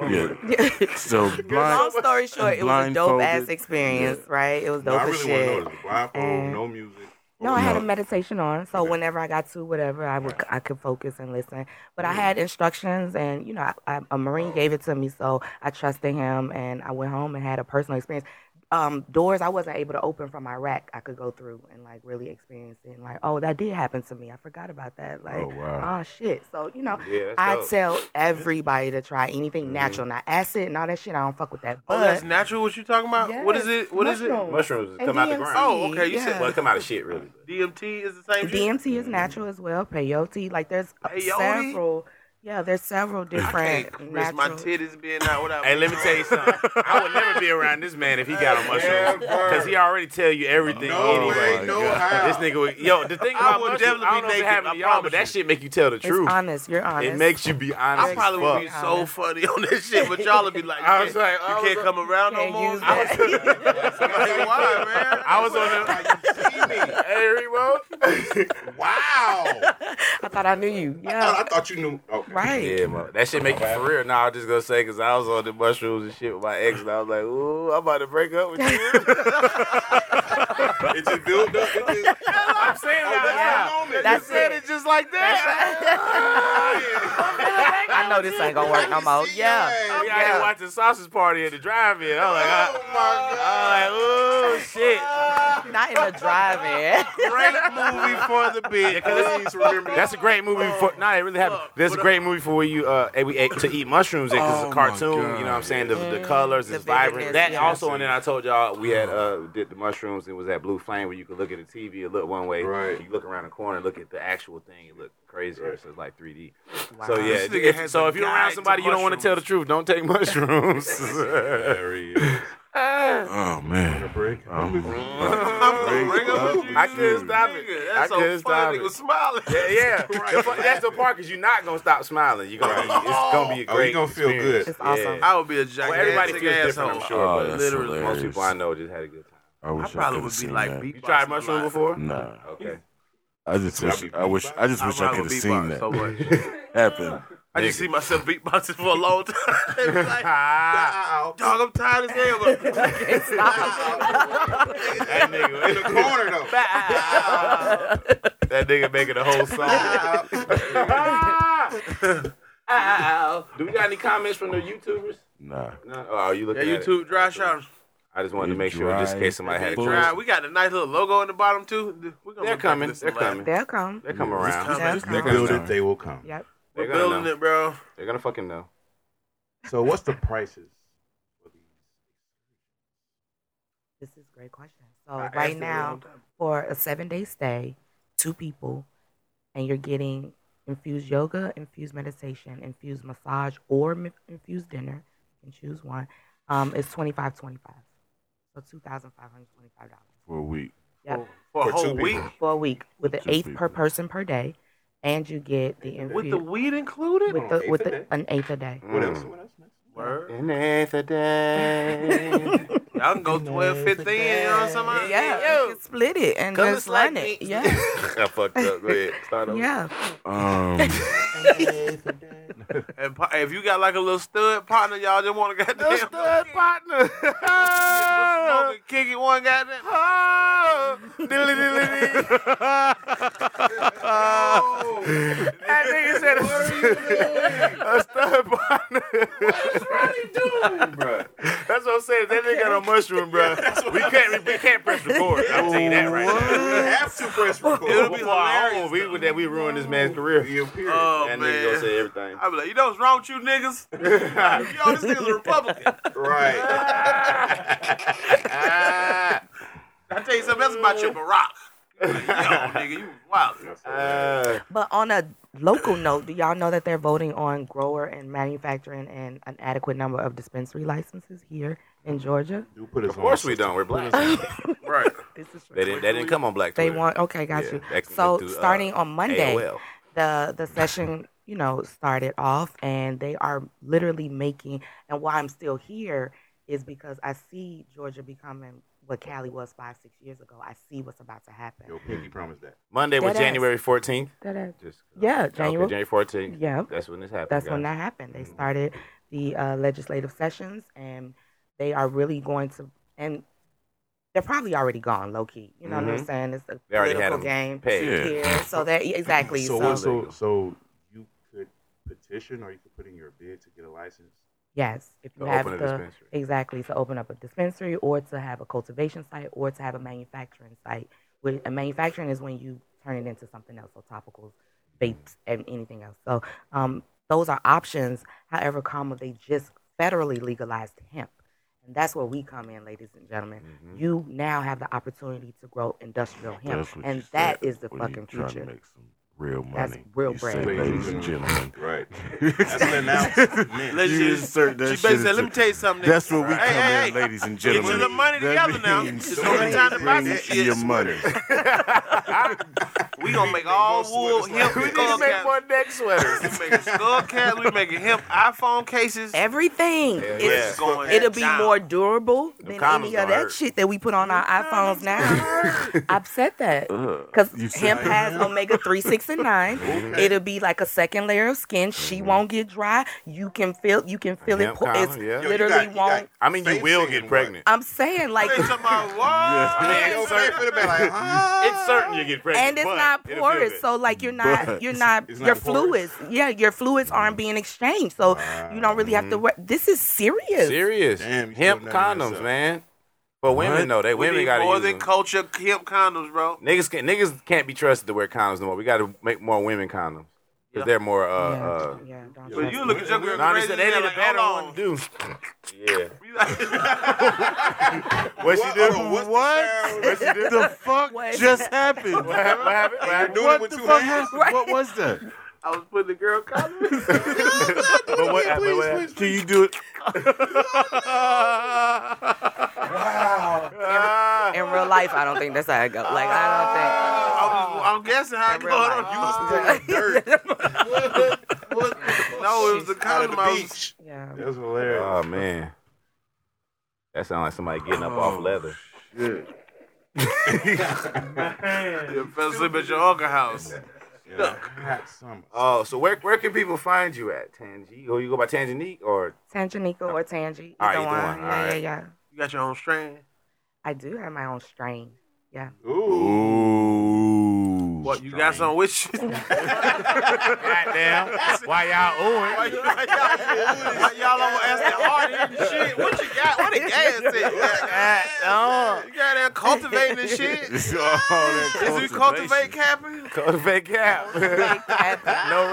[SPEAKER 6] good.
[SPEAKER 3] Yeah.
[SPEAKER 6] Yeah.
[SPEAKER 3] So
[SPEAKER 6] Long
[SPEAKER 3] blind.
[SPEAKER 6] story short, it was a dope ass
[SPEAKER 3] Blindfolded.
[SPEAKER 6] experience, right? It was
[SPEAKER 2] No,
[SPEAKER 6] dope
[SPEAKER 2] I
[SPEAKER 6] as
[SPEAKER 2] really want to
[SPEAKER 6] shit.
[SPEAKER 2] know. Is it blindfold,
[SPEAKER 6] And-
[SPEAKER 2] no music.
[SPEAKER 6] No, I had a
[SPEAKER 3] No.
[SPEAKER 6] meditation on, so whenever I got to whatever, I would I could focus and listen. But I had instructions, and you know, I, I, a marine gave it to me, so I trusted him, and I went home and had a personal experience. Um, doors I wasn't able to open from Iraq, I could go through and like really experience it. And like, oh, that did happen to me. I forgot about that. Like,
[SPEAKER 3] Oh, wow.
[SPEAKER 6] oh shit. So you know,
[SPEAKER 9] Yeah, that's
[SPEAKER 6] I
[SPEAKER 9] dope.
[SPEAKER 6] tell everybody to try anything natural, not acid and all that shit. I don't fuck with that.
[SPEAKER 5] Mm-hmm. Oh,
[SPEAKER 6] But
[SPEAKER 5] that's natural. What you talking about? What is it? What is it?
[SPEAKER 4] Mushrooms
[SPEAKER 6] And
[SPEAKER 4] come out the
[SPEAKER 6] DMT,
[SPEAKER 4] ground.
[SPEAKER 5] Oh, okay, you said-
[SPEAKER 4] Well, it come out of shit, really.
[SPEAKER 5] DMT is the same shit.
[SPEAKER 6] DMT is natural as well. Peyote, like there's
[SPEAKER 5] Peyote?
[SPEAKER 6] several. Yeah, there's several
[SPEAKER 5] Can't
[SPEAKER 6] different
[SPEAKER 5] risk my
[SPEAKER 6] natural.
[SPEAKER 5] titties being out without.
[SPEAKER 4] Hey, let me tell you something. I would never be around this man if he got on mushrooms, because he already tell you everything
[SPEAKER 2] No
[SPEAKER 4] anyway.
[SPEAKER 2] way,
[SPEAKER 3] my
[SPEAKER 2] no
[SPEAKER 3] God.
[SPEAKER 2] how.
[SPEAKER 4] This nigga, would, yo, the thing
[SPEAKER 5] I
[SPEAKER 4] about
[SPEAKER 5] would
[SPEAKER 4] mushrooms,
[SPEAKER 5] definitely
[SPEAKER 4] I don't know
[SPEAKER 5] be
[SPEAKER 4] if it
[SPEAKER 5] naked,
[SPEAKER 4] happened to
[SPEAKER 5] I
[SPEAKER 4] y'all, but
[SPEAKER 5] promise
[SPEAKER 4] that
[SPEAKER 5] you.
[SPEAKER 4] shit make you tell the
[SPEAKER 6] It's
[SPEAKER 4] truth.
[SPEAKER 6] honest. You're honest.
[SPEAKER 4] It makes you be honest.
[SPEAKER 5] I probably would be
[SPEAKER 4] as fuck.
[SPEAKER 5] so funny on this shit, but y'all would be like,
[SPEAKER 4] I was
[SPEAKER 5] "Yeah,
[SPEAKER 4] like, I
[SPEAKER 5] you
[SPEAKER 4] was
[SPEAKER 5] can't
[SPEAKER 4] like-
[SPEAKER 5] come around no
[SPEAKER 6] Can't
[SPEAKER 5] more.
[SPEAKER 6] use
[SPEAKER 5] I was
[SPEAKER 6] that.
[SPEAKER 5] like, why, man?
[SPEAKER 4] I was on the. Hey, Remo.
[SPEAKER 2] Wow.
[SPEAKER 6] I thought I knew you.
[SPEAKER 2] I
[SPEAKER 6] Yeah.
[SPEAKER 2] thought you knew. Oh. Okay.
[SPEAKER 6] Right.
[SPEAKER 4] Yeah, man. That shit make you for real. Nah, I was just gonna say because I was on the mushrooms and shit with my ex, and I was like, ooh, I'm about to break up with you.
[SPEAKER 2] It just built up. It just,
[SPEAKER 4] I'm saying
[SPEAKER 2] Oh, that's
[SPEAKER 4] that.
[SPEAKER 2] the moment.
[SPEAKER 6] That's
[SPEAKER 2] You
[SPEAKER 6] it.
[SPEAKER 2] said
[SPEAKER 4] just like that.
[SPEAKER 6] I know this ain't gonna work no more. Yeah.
[SPEAKER 4] We out here watching sausage party at the drive-in. I was like, I, I was
[SPEAKER 2] Oh my God.
[SPEAKER 4] like, ooh, shit.
[SPEAKER 6] Not in the drive-in.
[SPEAKER 4] Great movie for the bitch.
[SPEAKER 2] Please remember
[SPEAKER 4] That's a great movie for. Nah, it really happened. That's a great movie for where you uh eh, we ate to eat mushrooms because
[SPEAKER 3] Oh
[SPEAKER 4] it's a
[SPEAKER 3] my
[SPEAKER 4] cartoon. You know
[SPEAKER 3] God.
[SPEAKER 4] what I'm saying? The, the colors
[SPEAKER 6] The
[SPEAKER 4] is vibrant.
[SPEAKER 6] vividness,
[SPEAKER 4] That
[SPEAKER 6] yeah.
[SPEAKER 4] also, and then I told y'all we had uh did the mushrooms. It was at Blue Flame where you could look at the TV and look one way.
[SPEAKER 2] Right.
[SPEAKER 4] You look around the corner, look at the actual thing. It looked crazier. So it's like 3D.
[SPEAKER 6] Wow.
[SPEAKER 4] So yeah.
[SPEAKER 5] This nigga
[SPEAKER 4] If,
[SPEAKER 5] has
[SPEAKER 4] so
[SPEAKER 5] a
[SPEAKER 4] if you're
[SPEAKER 5] guide
[SPEAKER 4] around
[SPEAKER 5] to
[SPEAKER 4] somebody you don't want to tell the truth, don't take mushrooms.
[SPEAKER 3] Oh man.
[SPEAKER 2] break.
[SPEAKER 3] Um,
[SPEAKER 5] I'm gonna bring up what you
[SPEAKER 4] I couldn't stop it.
[SPEAKER 5] nigga.
[SPEAKER 4] I
[SPEAKER 5] That's so
[SPEAKER 4] couldn't stop
[SPEAKER 5] funny. Nigga
[SPEAKER 4] it.
[SPEAKER 5] smiling.
[SPEAKER 4] Yeah, yeah. The fu- That's the part because you're not gonna stop smiling. You're gonna, it's gonna be a
[SPEAKER 2] Oh,
[SPEAKER 4] great.
[SPEAKER 2] you gonna feel
[SPEAKER 4] experience.
[SPEAKER 2] good.
[SPEAKER 6] It's awesome.
[SPEAKER 5] I would be a gigantic
[SPEAKER 4] Well, everybody feels
[SPEAKER 5] asshole.
[SPEAKER 4] different, I'm sure.
[SPEAKER 3] oh,
[SPEAKER 4] but
[SPEAKER 3] that's
[SPEAKER 5] literally, most
[SPEAKER 4] most people I
[SPEAKER 3] hilarious.
[SPEAKER 4] know just had a good time.
[SPEAKER 3] I wish I
[SPEAKER 5] I probably
[SPEAKER 3] could
[SPEAKER 5] would be
[SPEAKER 3] seen
[SPEAKER 5] like,
[SPEAKER 3] that.
[SPEAKER 5] beatboxing
[SPEAKER 4] You tried
[SPEAKER 5] a
[SPEAKER 4] mushroom
[SPEAKER 5] lot.
[SPEAKER 4] before?
[SPEAKER 3] Nah.
[SPEAKER 4] Okay.
[SPEAKER 3] I just wish I wish I just
[SPEAKER 5] I
[SPEAKER 3] wish I
[SPEAKER 5] probably
[SPEAKER 3] could have
[SPEAKER 5] would
[SPEAKER 3] seen
[SPEAKER 5] beatbox
[SPEAKER 3] that
[SPEAKER 5] So much.
[SPEAKER 3] happen.
[SPEAKER 5] I just see myself beatboxing for a long time. They be like,
[SPEAKER 4] Ah,
[SPEAKER 2] Ow.
[SPEAKER 5] dog, I'm tired as hell. But
[SPEAKER 4] that
[SPEAKER 2] In the
[SPEAKER 4] nigga,
[SPEAKER 2] corner though.
[SPEAKER 4] that nigga making a whole song. Oh. Do we got any comments from the YouTubers?
[SPEAKER 3] Nah.
[SPEAKER 4] No. Oh, are you Oh,
[SPEAKER 5] yeah,
[SPEAKER 4] looking at it?
[SPEAKER 5] YouTube dry shot.
[SPEAKER 4] I just wanted
[SPEAKER 9] It
[SPEAKER 4] to make sure, just in
[SPEAKER 9] drives
[SPEAKER 4] case somebody had
[SPEAKER 5] Hey,
[SPEAKER 4] it.
[SPEAKER 5] Try. We got a nice little logo in the bottom too. We're gonna
[SPEAKER 4] They're
[SPEAKER 5] look back
[SPEAKER 4] coming.
[SPEAKER 5] at this
[SPEAKER 4] They're
[SPEAKER 5] later.
[SPEAKER 4] coming.
[SPEAKER 6] They'll come.
[SPEAKER 4] They come
[SPEAKER 5] Just
[SPEAKER 4] around.
[SPEAKER 5] coming.
[SPEAKER 6] They'll
[SPEAKER 5] Just
[SPEAKER 6] come.
[SPEAKER 4] They're
[SPEAKER 2] If
[SPEAKER 4] gonna
[SPEAKER 2] you build
[SPEAKER 4] know.
[SPEAKER 2] it, they will come.
[SPEAKER 6] Yep.
[SPEAKER 4] They're
[SPEAKER 5] We're
[SPEAKER 4] gonna
[SPEAKER 5] building
[SPEAKER 4] know.
[SPEAKER 5] it, bro.
[SPEAKER 4] They're gonna fucking know.
[SPEAKER 2] So what's the prices for these?
[SPEAKER 6] This is a great question. So
[SPEAKER 5] I asked
[SPEAKER 6] right
[SPEAKER 5] it
[SPEAKER 6] now,
[SPEAKER 5] one time.
[SPEAKER 6] for a seven day stay, two people, and you're getting infused yoga, infused meditation, infused massage, or mi- infused dinner. You can choose one. Um, it's twenty five twenty five. So two thousand five hundred twenty five dollars.
[SPEAKER 3] for a week.
[SPEAKER 6] Yep.
[SPEAKER 5] for
[SPEAKER 2] For
[SPEAKER 5] a
[SPEAKER 2] two
[SPEAKER 5] whole
[SPEAKER 2] people.
[SPEAKER 5] week
[SPEAKER 6] For a week with an
[SPEAKER 3] Two
[SPEAKER 6] eighth
[SPEAKER 3] people.
[SPEAKER 6] per person per day, and you get the
[SPEAKER 5] with the
[SPEAKER 6] infusion
[SPEAKER 5] weed included.
[SPEAKER 6] with the
[SPEAKER 2] Eighth
[SPEAKER 6] with
[SPEAKER 2] a
[SPEAKER 6] the,
[SPEAKER 2] day?
[SPEAKER 6] an eighth a day.
[SPEAKER 2] What else? What else? Next?
[SPEAKER 5] Word.
[SPEAKER 4] Mm. And it's a day.
[SPEAKER 5] Y'all can go 12, 15, you know what I'm saying?
[SPEAKER 6] Yeah, you can split it and
[SPEAKER 5] Cause
[SPEAKER 6] just
[SPEAKER 5] it's like
[SPEAKER 6] run it.
[SPEAKER 5] me.
[SPEAKER 6] Yeah,
[SPEAKER 4] I fucked up. Go ahead. Start over.
[SPEAKER 6] yeah.
[SPEAKER 3] Um,
[SPEAKER 5] And pa- if you got like a little stud partner, y'all just want to goddamn
[SPEAKER 4] That's the partner.
[SPEAKER 5] smoke and kick it one goddamn.
[SPEAKER 4] Oh, diddly diddly dee. That nigga said, "A stud partner." That's what I'm saying. That nigga got a mushroom, bro. We can't, we can't press record. I'll tell you that right now.
[SPEAKER 2] You have to press
[SPEAKER 5] It'll
[SPEAKER 2] record.
[SPEAKER 5] be
[SPEAKER 4] Before I
[SPEAKER 5] hilarious,
[SPEAKER 4] own, we would that we ruined this man's career.
[SPEAKER 2] Yeah, period.
[SPEAKER 5] Oh
[SPEAKER 4] That nigga gonna
[SPEAKER 5] man.
[SPEAKER 4] say everything.
[SPEAKER 5] I be like, you know what's wrong with you niggas? Yo, this nigga's a Republican.
[SPEAKER 2] right.
[SPEAKER 5] I tell you something else about your Barack. Like, Yo, nigga, you wild.
[SPEAKER 4] Uh,
[SPEAKER 6] But on a local note, do y'all know that they're voting on grower and manufacturing and an adequate number of dispensary licenses here in Georgia?
[SPEAKER 2] Do put us
[SPEAKER 4] of course we don't. We're black. They
[SPEAKER 5] Right.
[SPEAKER 6] This is
[SPEAKER 4] didn't. That didn't come on black.
[SPEAKER 6] they
[SPEAKER 4] Twitter.
[SPEAKER 6] want okay, got
[SPEAKER 4] Yeah,
[SPEAKER 6] you.
[SPEAKER 4] that can
[SPEAKER 6] So
[SPEAKER 4] go through, uh,
[SPEAKER 6] starting on Monday,
[SPEAKER 4] AOL.
[SPEAKER 6] the the session you know started off, and they are literally making. And why I'm still here is because I see Georgia becoming what Cali was five six years ago. I see what's about to happen.
[SPEAKER 2] Yo, Pinky promised that.
[SPEAKER 4] Monday was
[SPEAKER 6] Deadass.
[SPEAKER 4] January 14th.
[SPEAKER 6] That is,
[SPEAKER 4] Just uh,
[SPEAKER 6] yeah,
[SPEAKER 4] okay, January.
[SPEAKER 6] January.
[SPEAKER 4] 14th.
[SPEAKER 6] Yeah.
[SPEAKER 4] That's when this happened.
[SPEAKER 6] That's when
[SPEAKER 4] guys.
[SPEAKER 6] that happened. They
[SPEAKER 4] Mm-hmm.
[SPEAKER 6] started the uh, legislative sessions, and they are really going to. And they're probably already gone, low key. You know what I'm saying? It's a
[SPEAKER 4] Mm-hmm. They already had
[SPEAKER 6] political
[SPEAKER 4] 'em
[SPEAKER 6] game.
[SPEAKER 4] pegged.
[SPEAKER 3] Yeah.
[SPEAKER 6] Here. So that yeah, exactly.
[SPEAKER 2] So,
[SPEAKER 6] So,
[SPEAKER 2] what- so, so you could petition or you could put in your bid to get a license.
[SPEAKER 6] yes, if you
[SPEAKER 4] To
[SPEAKER 6] have
[SPEAKER 4] open a
[SPEAKER 6] the
[SPEAKER 4] dispensary.
[SPEAKER 6] exactly to open up a dispensary, or to have a cultivation site, or to have a manufacturing site. With a manufacturing is when you turn it into something else, so topicals, vapes, and anything else. So um, those are options. However, comma they just federally legalized hemp. And that's where we come in, ladies and gentlemen. You now have the opportunity to grow industrial hemp,
[SPEAKER 3] Mm-hmm. that's what
[SPEAKER 6] and
[SPEAKER 3] you
[SPEAKER 6] that
[SPEAKER 3] said
[SPEAKER 6] is the
[SPEAKER 3] when you
[SPEAKER 6] fucking
[SPEAKER 3] trying
[SPEAKER 6] future.
[SPEAKER 3] To make some real money.
[SPEAKER 6] That's real
[SPEAKER 3] You
[SPEAKER 6] bread.
[SPEAKER 3] say,
[SPEAKER 2] Ladies
[SPEAKER 3] ladies
[SPEAKER 2] and
[SPEAKER 3] and gentlemen.
[SPEAKER 2] Right. That's an announcement.
[SPEAKER 5] Let's
[SPEAKER 3] You
[SPEAKER 5] just-
[SPEAKER 3] insert that
[SPEAKER 5] she
[SPEAKER 3] shit
[SPEAKER 5] basically said, let
[SPEAKER 3] into-
[SPEAKER 5] me tell you something. nigga."
[SPEAKER 3] That's what we
[SPEAKER 5] Hey,
[SPEAKER 3] come
[SPEAKER 5] hey,
[SPEAKER 3] in,
[SPEAKER 5] hey.
[SPEAKER 3] ladies and gentlemen.
[SPEAKER 5] your money
[SPEAKER 3] That
[SPEAKER 5] together now.
[SPEAKER 3] means
[SPEAKER 5] It's only time to buy some
[SPEAKER 3] bring
[SPEAKER 5] shit.
[SPEAKER 3] Your money.
[SPEAKER 5] We gonna make all
[SPEAKER 2] Most
[SPEAKER 5] wool
[SPEAKER 2] sweaters like that.
[SPEAKER 5] hemp we
[SPEAKER 2] We
[SPEAKER 5] skull
[SPEAKER 2] need to make
[SPEAKER 5] caps.
[SPEAKER 4] One neck sweater.
[SPEAKER 5] We making skull caps. We making hemp iPhone cases.
[SPEAKER 6] Everything
[SPEAKER 5] It's
[SPEAKER 6] is
[SPEAKER 5] going
[SPEAKER 6] it'll be
[SPEAKER 5] down.
[SPEAKER 6] more durable than
[SPEAKER 4] commas
[SPEAKER 6] any of
[SPEAKER 4] gonna
[SPEAKER 6] that
[SPEAKER 4] hurt.
[SPEAKER 6] shit that we put on our iPhones now. I've said that because
[SPEAKER 3] You said
[SPEAKER 6] hemp
[SPEAKER 3] that
[SPEAKER 6] has omega three, six, and nine. It'll be like a second layer of skin. She won't get dry. You can feel you can feel it.
[SPEAKER 4] hemp
[SPEAKER 6] Po-
[SPEAKER 4] comma,
[SPEAKER 6] it's
[SPEAKER 4] yeah. Yo, you
[SPEAKER 6] literally
[SPEAKER 2] got- you
[SPEAKER 6] won't.
[SPEAKER 2] got-
[SPEAKER 4] I mean, you
[SPEAKER 2] Same
[SPEAKER 4] will
[SPEAKER 2] thing in
[SPEAKER 4] get
[SPEAKER 2] one.
[SPEAKER 4] pregnant.
[SPEAKER 6] I'm saying like.
[SPEAKER 5] They talking about what?
[SPEAKER 3] Yeah.
[SPEAKER 5] Man,
[SPEAKER 2] Yo,
[SPEAKER 5] so-
[SPEAKER 2] they finna be like, huh?
[SPEAKER 4] It's certain you get pregnant.
[SPEAKER 6] and it's
[SPEAKER 4] but
[SPEAKER 6] not
[SPEAKER 4] it'll feel
[SPEAKER 6] porous,
[SPEAKER 4] good.
[SPEAKER 6] so like you're not,
[SPEAKER 3] But
[SPEAKER 6] you're not,
[SPEAKER 2] it's
[SPEAKER 6] your
[SPEAKER 2] not porous.
[SPEAKER 6] fluids, yeah, your fluids aren't being exchanged, so you don't really have to. Worry. This is serious.
[SPEAKER 4] serious.
[SPEAKER 2] Damn, you
[SPEAKER 4] hemp
[SPEAKER 2] still
[SPEAKER 4] condoms,
[SPEAKER 2] nothing myself.
[SPEAKER 4] man. For women though, they
[SPEAKER 5] We
[SPEAKER 4] women
[SPEAKER 5] need
[SPEAKER 4] gotta
[SPEAKER 5] more
[SPEAKER 4] use
[SPEAKER 5] than
[SPEAKER 4] them.
[SPEAKER 5] culture hemp condoms, bro.
[SPEAKER 4] Niggas can't niggas can't be trusted to wear condoms no more. We gotta make more women condoms. Cause they're more uh,
[SPEAKER 6] Yeah,
[SPEAKER 4] uh
[SPEAKER 6] yeah, don't
[SPEAKER 5] But
[SPEAKER 6] trust
[SPEAKER 5] you look at your girl
[SPEAKER 4] No, they
[SPEAKER 5] crazy.
[SPEAKER 4] said they
[SPEAKER 5] yeah,
[SPEAKER 4] did a
[SPEAKER 5] like,
[SPEAKER 4] better
[SPEAKER 5] hold
[SPEAKER 4] one
[SPEAKER 5] on.
[SPEAKER 4] to do. Yeah.
[SPEAKER 3] What
[SPEAKER 2] What- hold on, what's the sound?
[SPEAKER 3] the fuck
[SPEAKER 6] What?
[SPEAKER 3] just happened? What,
[SPEAKER 4] hap- what happened? What happened?
[SPEAKER 2] doing it with
[SPEAKER 3] the
[SPEAKER 2] two
[SPEAKER 3] fuck
[SPEAKER 2] hands?
[SPEAKER 3] happened? What was that?
[SPEAKER 5] I was putting the girl condom.
[SPEAKER 4] But what- but what-
[SPEAKER 3] Can you do it?
[SPEAKER 6] In real life, I don't think that's how it goes. Like
[SPEAKER 5] I'm,
[SPEAKER 6] I
[SPEAKER 5] I'm guessing
[SPEAKER 3] Oh,
[SPEAKER 5] how it
[SPEAKER 6] In
[SPEAKER 5] goes.
[SPEAKER 6] real life.
[SPEAKER 5] Hold on. You was-
[SPEAKER 2] Dirt.
[SPEAKER 5] No, it was the
[SPEAKER 2] Out of the
[SPEAKER 5] condom. I was,
[SPEAKER 2] beach.
[SPEAKER 6] don't think. Yeah.
[SPEAKER 2] That's hilarious.
[SPEAKER 4] Oh man. That sounds like somebody getting up
[SPEAKER 5] Oh,
[SPEAKER 4] off leather.
[SPEAKER 5] you fell asleep at your uncle house.
[SPEAKER 2] yeah. Hot summer.
[SPEAKER 4] Oh, so where where can people find you at, Tangi? Or you go by Tanginique or
[SPEAKER 6] Tanganyika or Tangy.
[SPEAKER 4] All right,
[SPEAKER 6] either
[SPEAKER 4] either one,
[SPEAKER 6] one.
[SPEAKER 4] all
[SPEAKER 6] Yeah,
[SPEAKER 4] right.
[SPEAKER 6] yeah, yeah.
[SPEAKER 5] You got your own strand.
[SPEAKER 6] I do have my own strain. Yeah.
[SPEAKER 2] Ooh.
[SPEAKER 3] Ooh.
[SPEAKER 5] What you got some with you?
[SPEAKER 4] Goddamn. Why y'all oohing?
[SPEAKER 5] Why y'all don't ask the hard hitting shit? What you got? What the gas at? You got that cultivating and shit. Is it cultivate capping?
[SPEAKER 4] Cultivate cap. no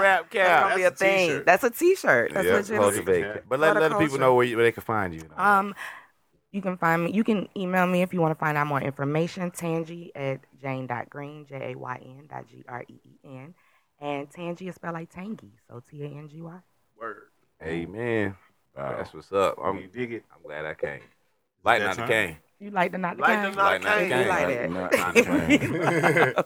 [SPEAKER 4] rap cap.
[SPEAKER 6] That's gonna be a thing. That's a T-shirt. That's legit.
[SPEAKER 4] cultivate cap. But let, let the people
[SPEAKER 6] Horticulture.
[SPEAKER 4] know where, you, where they can find you.
[SPEAKER 6] Um, you can find me. You can email me if you want to find out more information. Tangy at jane.green, J A Y N dot G R E E N. And Tangy is spelled like Tangy, so T A N G Y.
[SPEAKER 2] Word.
[SPEAKER 4] Amen. That's what's up. I'm,
[SPEAKER 2] You dig it?
[SPEAKER 4] I'm glad I came. Light
[SPEAKER 2] that
[SPEAKER 4] not the
[SPEAKER 2] time?
[SPEAKER 4] cane.
[SPEAKER 6] You like the not the
[SPEAKER 5] Like the not
[SPEAKER 6] kind?
[SPEAKER 5] the
[SPEAKER 4] Light
[SPEAKER 6] You like
[SPEAKER 4] cane.
[SPEAKER 6] that?
[SPEAKER 4] Light not the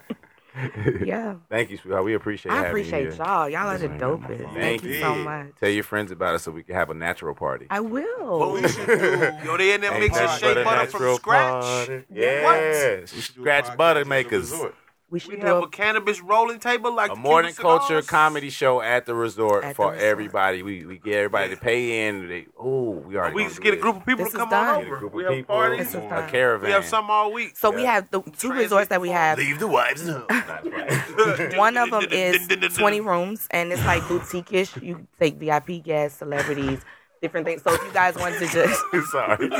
[SPEAKER 4] cane.
[SPEAKER 6] Yeah,
[SPEAKER 4] Thank you, sweetheart. We appreciate
[SPEAKER 6] I
[SPEAKER 4] having you
[SPEAKER 6] appreciate
[SPEAKER 4] here.
[SPEAKER 6] y'all. Y'all are the dopest. Thank, you so
[SPEAKER 2] you.
[SPEAKER 6] much.
[SPEAKER 4] Tell your friends about it so we can have a natural party.
[SPEAKER 6] I
[SPEAKER 5] What
[SPEAKER 2] Oh,
[SPEAKER 6] will.
[SPEAKER 5] we should do? Yo, they in there
[SPEAKER 4] Ain't
[SPEAKER 5] mixing
[SPEAKER 4] nothing but
[SPEAKER 5] shea
[SPEAKER 4] a
[SPEAKER 5] butter from
[SPEAKER 4] natural
[SPEAKER 5] scratch.
[SPEAKER 4] party.
[SPEAKER 5] What?
[SPEAKER 4] Yeah. Scratch butter makers.
[SPEAKER 6] We
[SPEAKER 5] We
[SPEAKER 6] should do
[SPEAKER 5] have a
[SPEAKER 6] a,
[SPEAKER 5] cannabis rolling table like
[SPEAKER 4] A
[SPEAKER 5] the
[SPEAKER 4] morning
[SPEAKER 5] Cuban
[SPEAKER 4] culture
[SPEAKER 5] cigars.
[SPEAKER 4] comedy show at the resort
[SPEAKER 6] At the
[SPEAKER 4] for
[SPEAKER 6] resort.
[SPEAKER 4] everybody. We we get everybody to pay in. They, oh, we already
[SPEAKER 5] We
[SPEAKER 4] gonna
[SPEAKER 5] just
[SPEAKER 4] do
[SPEAKER 5] get a
[SPEAKER 4] this.
[SPEAKER 5] group of people
[SPEAKER 6] This
[SPEAKER 5] to
[SPEAKER 6] is
[SPEAKER 5] come on
[SPEAKER 6] done.
[SPEAKER 4] Get a
[SPEAKER 5] over.
[SPEAKER 4] group
[SPEAKER 5] We
[SPEAKER 4] of
[SPEAKER 5] have
[SPEAKER 4] people,
[SPEAKER 5] parties.
[SPEAKER 6] This is
[SPEAKER 4] a
[SPEAKER 6] done.
[SPEAKER 4] caravan.
[SPEAKER 5] We have some all week.
[SPEAKER 6] so we have the two
[SPEAKER 5] Transit
[SPEAKER 6] resorts that we have.
[SPEAKER 4] Leave the wives at home.
[SPEAKER 6] One of them is 20 rooms, and it's like boutique-ish. You take VIP guests, celebrities, different things. So if you guys want to just
[SPEAKER 4] Sorry.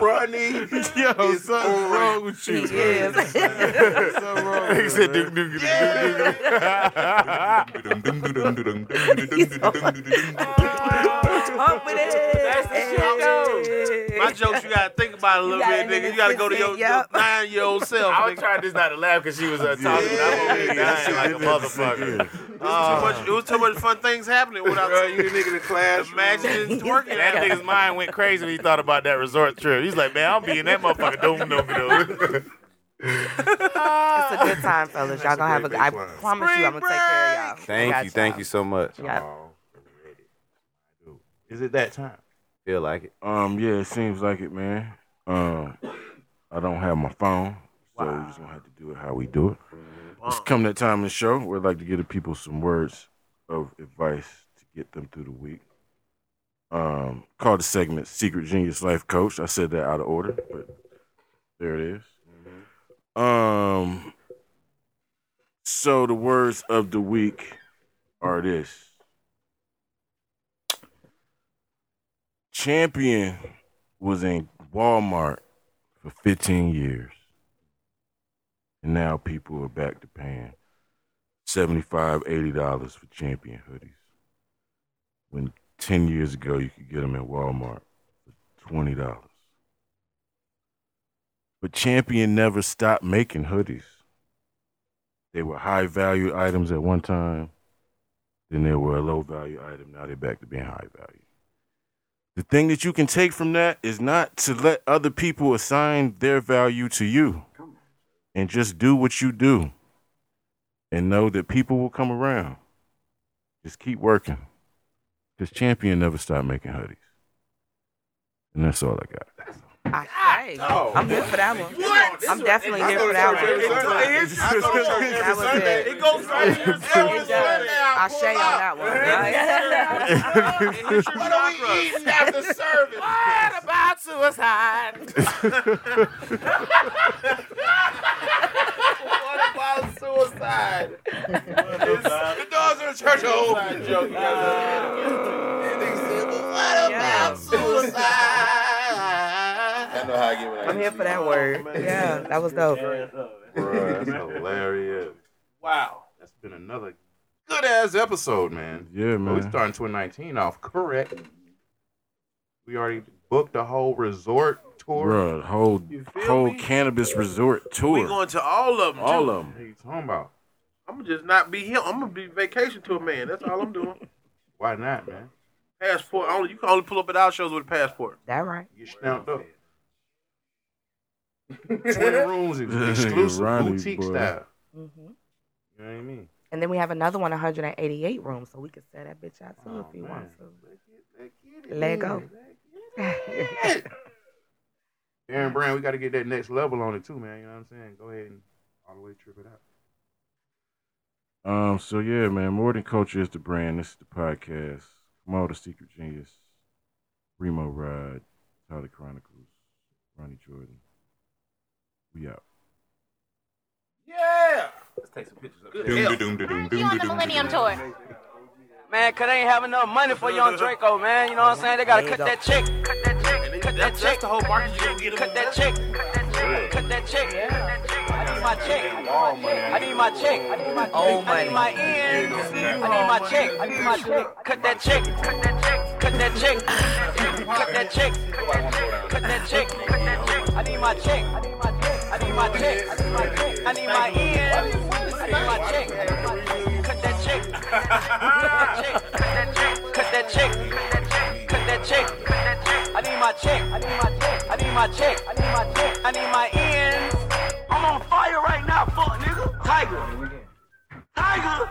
[SPEAKER 2] Rodney
[SPEAKER 3] Yo,
[SPEAKER 2] is on
[SPEAKER 3] something wrong with
[SPEAKER 6] he
[SPEAKER 3] you.
[SPEAKER 6] is.
[SPEAKER 3] Something wrong with you.
[SPEAKER 4] said, "Doo, doo, doo, doo, doo, doo."
[SPEAKER 6] Up with it. That's
[SPEAKER 5] the shit, My jokes, you gotta think about it a little
[SPEAKER 6] gotta
[SPEAKER 5] bit, nigga. You gotta go to your,
[SPEAKER 6] yep.
[SPEAKER 5] your nine year old self.
[SPEAKER 4] I was
[SPEAKER 5] nigga.
[SPEAKER 4] trying just not to laugh because she was uh, talking. I'm over here dying like a motherfucker.
[SPEAKER 5] It was too much- it was too much fun things happening
[SPEAKER 2] Bro,
[SPEAKER 5] without
[SPEAKER 2] you the nigga in the classroom.
[SPEAKER 5] imagining twerking.
[SPEAKER 4] That nigga's mind went crazy when he thought about that resort trip. He's like, man, I'm being that motherfucker. Don't know
[SPEAKER 6] It's a good time, fellas. Y'all gonna have a good. I
[SPEAKER 2] baseline.
[SPEAKER 6] promise you, I'm gonna take care of y'all.
[SPEAKER 4] Thank you, thank you so much.
[SPEAKER 6] Yeah.
[SPEAKER 2] Oh, ready. I do. Is it that time?
[SPEAKER 4] Feel like it.
[SPEAKER 3] Um, yeah, it seems like it, man. Um, I don't have my phone, so we're just gonna have to do it how we do it. It's come that time in the show. We'd like to give the people some words of advice to get them through the week. Um, call the segment "Secret Genius Life Coach." I said that out of order, but there it is. Um, so the words of the week are this. Champion was in Walmart for 15 years. And now people are back to paying 75 $80 for Champion hoodies. When 10 years ago, you could get them at Walmart for $20. But Champion never stopped making hoodies. They were high value items at one time, then they were a low value item. Now they're back to being high value. The thing that you can take from that is not to let other people assign their value to you and just do what you do and know that people will come around. Just keep working because Champion never stopped making hoodies. And that's all I got.
[SPEAKER 6] I, hey, I'm here for that one. I'm definitely here for that
[SPEAKER 2] Every
[SPEAKER 6] one.
[SPEAKER 2] Sunday. I go to church every Sunday.
[SPEAKER 5] It goes
[SPEAKER 6] That was it.
[SPEAKER 5] right here.
[SPEAKER 6] It does. I share on that one. right?
[SPEAKER 2] What are we eating after service?
[SPEAKER 4] What about suicide?
[SPEAKER 5] What about suicide?
[SPEAKER 2] The dogs in the church are open.
[SPEAKER 6] Yeah.
[SPEAKER 9] I know how I get when I
[SPEAKER 6] I'm here for that
[SPEAKER 2] Oh,
[SPEAKER 6] word. Yeah, that was dope.
[SPEAKER 2] Bro, that's hilarious.
[SPEAKER 5] Wow.
[SPEAKER 2] That's been another good ass episode, man.
[SPEAKER 3] Yeah,
[SPEAKER 2] Well, we
[SPEAKER 3] man.
[SPEAKER 2] starting 2019 off correct. We already booked the whole resort tour.
[SPEAKER 3] Bruh, whole
[SPEAKER 5] You feel
[SPEAKER 3] whole
[SPEAKER 5] me?
[SPEAKER 3] cannabis resort
[SPEAKER 5] We
[SPEAKER 3] tour.
[SPEAKER 5] going to all of them.
[SPEAKER 3] all of them.
[SPEAKER 2] What are you talking about?
[SPEAKER 5] I'm gonna just not be here. I'm gonna be vacation to a man. That's all I'm doing.
[SPEAKER 2] Why not, man?
[SPEAKER 5] Passport only. You can only pull up at our shows with a passport.
[SPEAKER 6] That right.
[SPEAKER 2] You snapped up. Twenty rooms exclusive
[SPEAKER 3] Ronnie,
[SPEAKER 2] boutique
[SPEAKER 3] boy.
[SPEAKER 2] style.
[SPEAKER 6] hmm
[SPEAKER 2] You know what I mean?
[SPEAKER 6] And then we have another one, 188 rooms, so we could set that bitch out
[SPEAKER 2] Oh,
[SPEAKER 6] too if you want to. Let go.
[SPEAKER 2] Aaron Brand, we got to get that next level on it too, man. You know what I'm saying? Go ahead and all the way trip it out.
[SPEAKER 3] Um, so yeah, man, More Than Culture is the brand. This is the podcast. From all the Secret Genius, Remo Ride, Tyler Chronicles, Ronnie Jordan. We out.
[SPEAKER 5] Yeah.
[SPEAKER 2] Doom, doom, doom, doom, doom, doom, doom, doom.
[SPEAKER 10] Millennium Tour.
[SPEAKER 1] Man, cause they ain't have enough money for young Draco, man. You know what I'm saying? They gotta cut that chick. Cut that chick. Cut that chick. That's the whole market you gonna get Cut that chick. Cut that chick. I need my chick. I need my chick. I need my chick. I need my ends. I need my chick. I need my chick. Cut that chick. Cut that chick. Cut that chick. Cut that chick. Cut that chick. Cut that chick. I need my chick. I need my chick. I need my chick. I need my chick. I need my ends. I need my chick. Cut that chick. Cut that chick. Cut that chick. Cut that chick. I need my chick. I need my chick. I need my chick. I need my chick. I need my ends. I'm on fire right now, fuck nigga. Tiger. Tiger.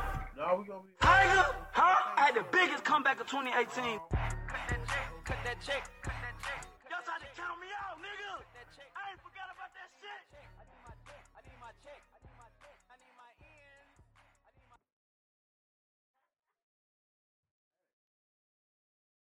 [SPEAKER 1] Tiger. Huh? I had the biggest comeback of 2018. Cut that chick. Cut that chick.